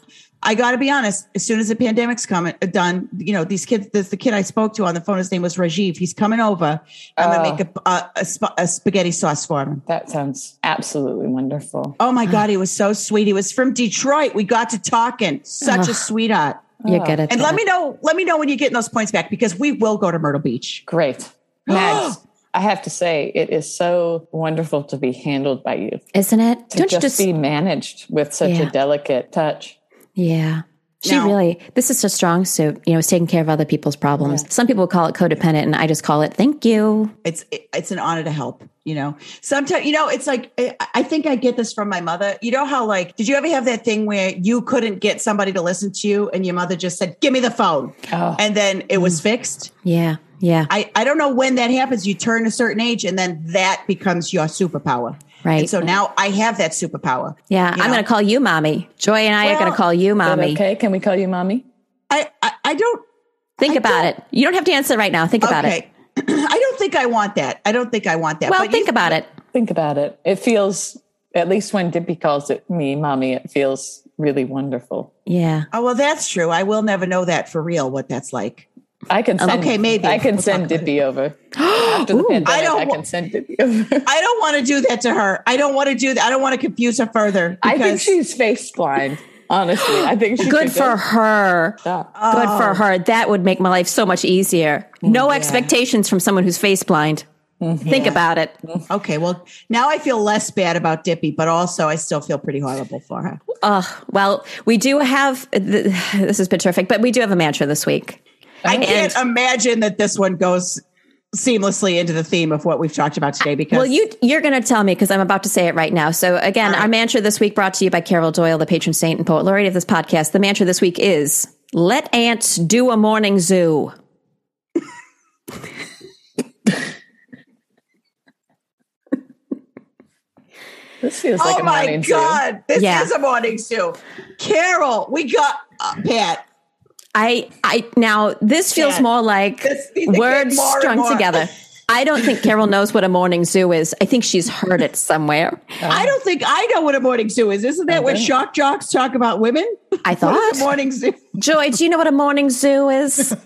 Speaker 2: I got to be honest. As soon as the pandemic's coming uh, done, you know these kids. There's the kid I spoke to on the phone. His name was Rajiv. He's coming over. I'm
Speaker 4: Oh.
Speaker 2: gonna make a, a, a, sp- a spaghetti sauce for him.
Speaker 4: That sounds absolutely wonderful.
Speaker 2: Oh my god, he was so sweet. He was from Detroit. We got to talking. Such a
Speaker 3: Ugh.
Speaker 2: sweetheart.
Speaker 3: You're good at
Speaker 2: Oh. And
Speaker 3: that.
Speaker 2: let me know. Let me know when you're getting those points back because we will go to Myrtle Beach.
Speaker 4: Great. Max, I have to say, it is so wonderful to be handled by you.
Speaker 3: Isn't it?
Speaker 4: To
Speaker 3: Don't you just
Speaker 4: just, be managed with such
Speaker 3: Yeah.
Speaker 4: a delicate touch.
Speaker 3: Yeah. She
Speaker 2: Now-
Speaker 3: really, this is her strong suit, you know, is taking care of other people's problems. Some people call it codependent, and I just call it thank you.
Speaker 2: It's it- it's an honor to help. You know, sometimes you know it's like I I think I get this from my mother. You know how like did you ever have that thing where you couldn't get somebody to listen to you and your mother just said, "Give me the phone,"
Speaker 4: Oh.
Speaker 2: and then it
Speaker 3: Mm.
Speaker 2: was fixed.
Speaker 3: Yeah. Yeah.
Speaker 2: I, I don't know when that happens. You turn a certain age and then that becomes your superpower. And
Speaker 3: Right.
Speaker 2: so now I have that superpower.
Speaker 3: yeah.
Speaker 2: you
Speaker 3: I'm
Speaker 2: know.
Speaker 3: going to call you mommy. Joy and I are going
Speaker 2: Well,
Speaker 3: to call you
Speaker 4: Is that
Speaker 3: mommy.
Speaker 4: okay? Can we call you mommy?
Speaker 2: I, I, I don't,
Speaker 3: Think about it. You don't have to answer right now. Think about it.
Speaker 2: okay. I don't think I want that. I don't think I want that.
Speaker 3: Well,
Speaker 2: But you-
Speaker 3: think about it.
Speaker 4: Think about it. It feels, at least when Dippy calls it me mommy, it feels really wonderful.
Speaker 3: Yeah.
Speaker 2: Oh, well, that's true. I will never know that for real, what that's like.
Speaker 4: I can send,
Speaker 2: Okay, maybe.
Speaker 4: I can
Speaker 2: We'll
Speaker 4: send
Speaker 2: talk about
Speaker 4: Dippy over. After the pandemic, I,
Speaker 2: don't wa-
Speaker 4: can send Dippy over.
Speaker 2: I don't want to do that to her. I don't want to do that. I don't want to confuse her further.
Speaker 4: I think
Speaker 2: because-
Speaker 4: she's face blind. Honestly, I think she
Speaker 3: Good
Speaker 4: should
Speaker 3: for
Speaker 4: just
Speaker 3: her.
Speaker 4: stop.
Speaker 3: Good for
Speaker 2: Oh.
Speaker 3: her. That would make my life so much easier.
Speaker 2: Mm,
Speaker 3: No expectations from someone who's face blind.
Speaker 2: Mm-hmm.
Speaker 3: Think about it.
Speaker 2: Okay, well, now I feel less bad about Dippy, but also I still feel pretty horrible for her.
Speaker 3: Oh, well, we do have th- this has been terrific, but we do have a mantra this week.
Speaker 2: I can't
Speaker 3: And-
Speaker 2: imagine that this one goes seamlessly into the theme of what we've talked about today because
Speaker 3: Well, you you're going to tell me because I'm about to say it right now. So again, our mantra this week brought to you by Carol Doyle, the patron saint and poet laureate of this podcast. The mantra this week is "Let ants do a morning zoo."
Speaker 4: This feels
Speaker 2: oh
Speaker 4: like a
Speaker 2: my
Speaker 4: morning zoo.
Speaker 2: god this
Speaker 3: Yeah.
Speaker 2: is a morning zoo carol we got uh, pat
Speaker 3: I I now this feels
Speaker 2: Yeah.
Speaker 3: more like
Speaker 2: This needs to get
Speaker 3: words
Speaker 2: more and
Speaker 3: strung
Speaker 2: more.
Speaker 3: together. I don't think Carol knows what a morning zoo is. I think she's heard it somewhere.
Speaker 2: i don't think i know what a morning zoo is isn't that where
Speaker 4: don't.
Speaker 2: shock jocks talk about women What is a
Speaker 3: I thought.
Speaker 2: morning zoo
Speaker 3: Joy, do you know what a morning zoo is?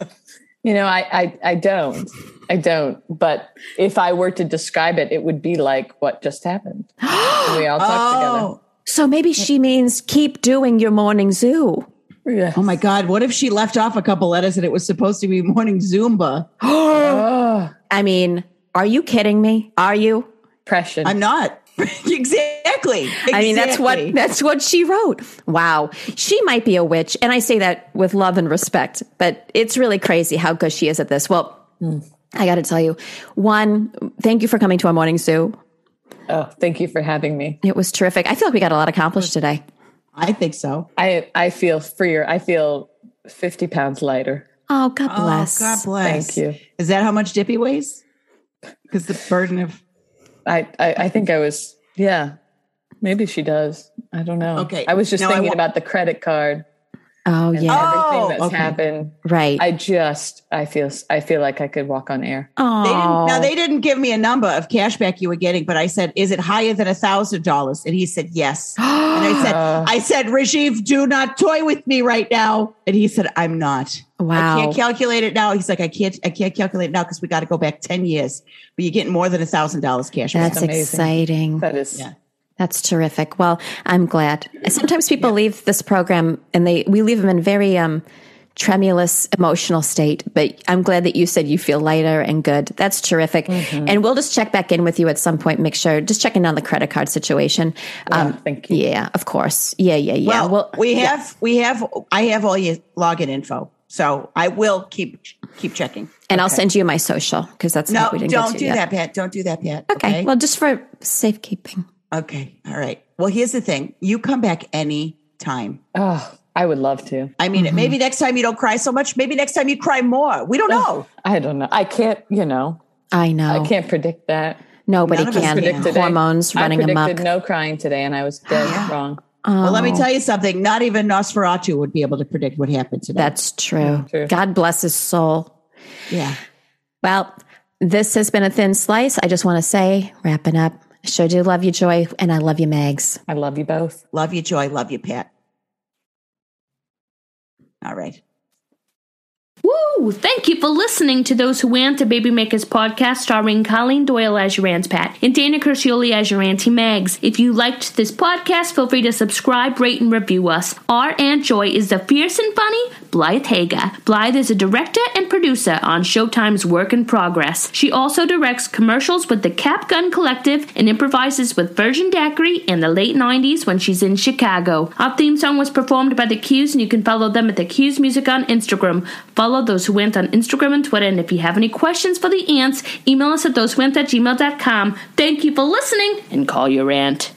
Speaker 4: You know, I, I I don't. I don't. But if I were to describe it, it would be like what just happened. we all talked
Speaker 2: oh
Speaker 3: So maybe she means keep doing your morning zoo.
Speaker 4: together. Yeah.
Speaker 2: oh my god what if she left off a couple letters and it was supposed to be morning zumba
Speaker 4: Oh,
Speaker 3: I mean, are you kidding me? Are you?
Speaker 4: impression.
Speaker 2: i'm not exactly,
Speaker 3: I mean, that's
Speaker 2: Exactly.
Speaker 3: what that's what she wrote. Wow, she might be a witch, and I say that with love and respect. But it's really crazy how good she is at this. Well, I got to tell you, one, thank you for coming to our morning zoo.
Speaker 4: oh, thank you for having me.
Speaker 3: It was terrific. I feel like we got a lot accomplished today.
Speaker 2: i think so
Speaker 4: I I feel freer. I feel fifty pounds lighter.
Speaker 3: Oh, God bless.
Speaker 2: oh god bless
Speaker 4: Thank you.
Speaker 2: is that how much dippy weighs because the burden of
Speaker 4: I, I I think I was yeah. Maybe she does. I don't know.
Speaker 2: Okay.
Speaker 4: I was just
Speaker 2: Now I
Speaker 4: thinking
Speaker 2: wa-
Speaker 4: about the credit card
Speaker 3: Oh
Speaker 4: and
Speaker 2: Oh,
Speaker 3: yeah,
Speaker 4: everything that's
Speaker 2: okay.
Speaker 4: happened.
Speaker 2: Oh,
Speaker 3: right.
Speaker 4: I just I feel I feel like I could walk on air.
Speaker 2: They didn't, now
Speaker 3: Oh,
Speaker 2: they didn't give me a number of cashback you were getting, but I said, "Is it higher than a thousand dollars?" And he said, "Yes." and I said, "I said, Rajiv, do not toy with me right now." And he said, "I'm not. I
Speaker 3: wow.
Speaker 2: can't calculate it now." He's like, "I can't. I can't calculate it now because we got to go back ten years. But you're getting more than a thousand dollars cash." back."
Speaker 3: That's
Speaker 4: amazing.
Speaker 3: exciting.
Speaker 4: That is
Speaker 2: Yeah.
Speaker 3: That's terrific. Well, I'm glad. Sometimes people leave this program and they we leave them in very um tremulous emotional state, but I'm glad that you said you feel lighter and good. That's terrific.
Speaker 2: Mm-hmm.
Speaker 3: And we'll just check back in with you at some point, make sure just checking on the credit card situation. Yeah, um
Speaker 4: thank you.
Speaker 3: Yeah, of course. Yeah, yeah, yeah.
Speaker 2: Well, we have, we have, I have all your login info, so I will keep keep checking.
Speaker 3: and I'll send you my social because that's
Speaker 2: No,
Speaker 3: what we didn't get
Speaker 2: don't
Speaker 3: to
Speaker 2: do
Speaker 3: yet.
Speaker 2: that, Pat. Don't do that, Pat.
Speaker 3: Okay. Well, just for safekeeping.
Speaker 2: Okay. All right. Well, here's the thing. You come back any time.
Speaker 4: oh, I would love to.
Speaker 2: I
Speaker 3: Mm-hmm.
Speaker 2: mean, maybe next time you don't cry so much. Maybe next time you cry more. We don't know.
Speaker 4: I don't know. I can't, you know,
Speaker 3: I know.
Speaker 4: I can't predict that.
Speaker 3: Nobody
Speaker 2: None of us
Speaker 3: can.
Speaker 2: predict
Speaker 4: Predict today.
Speaker 3: Hormones running
Speaker 4: I predicted
Speaker 3: amok.
Speaker 4: no crying today and I was dead wrong.
Speaker 2: Well,
Speaker 3: Oh.
Speaker 2: let me tell you something. Not even Nosferatu would be able to predict what happened today.
Speaker 3: That's true.
Speaker 4: true.
Speaker 3: God bless his soul.
Speaker 2: yeah.
Speaker 3: Well, this has been a thin slice. I just want to say, wrapping up, I sure do love you, Joy, and I love you, Megs.
Speaker 4: I love you both.
Speaker 2: Love you, Joy. Love you, Pat. All right.
Speaker 1: Woo! Thank you for listening to Those Who Rant, a Baby Makers podcast starring Colleen Doyle as your Aunt Pat and Dana Curcioli as your Auntie Mags. If you liked this podcast, feel free to subscribe, rate, and review us. Our Aunt Joy is the fierce and funny Blythe Haga. Blythe is a director and producer on Showtime's Work in Progress. She also directs commercials with the Cap Gun Collective and improvises with Virgin Daiquiri in the late 90s when she's in Chicago. Our theme song was performed by The Q's, and you can follow them at The Q's Music on Instagram. Follow Those Who Went on Instagram and Twitter, and if you have any questions for the ants, email us at thosewhoant at gmail.com. Thank you for listening, and call your aunt.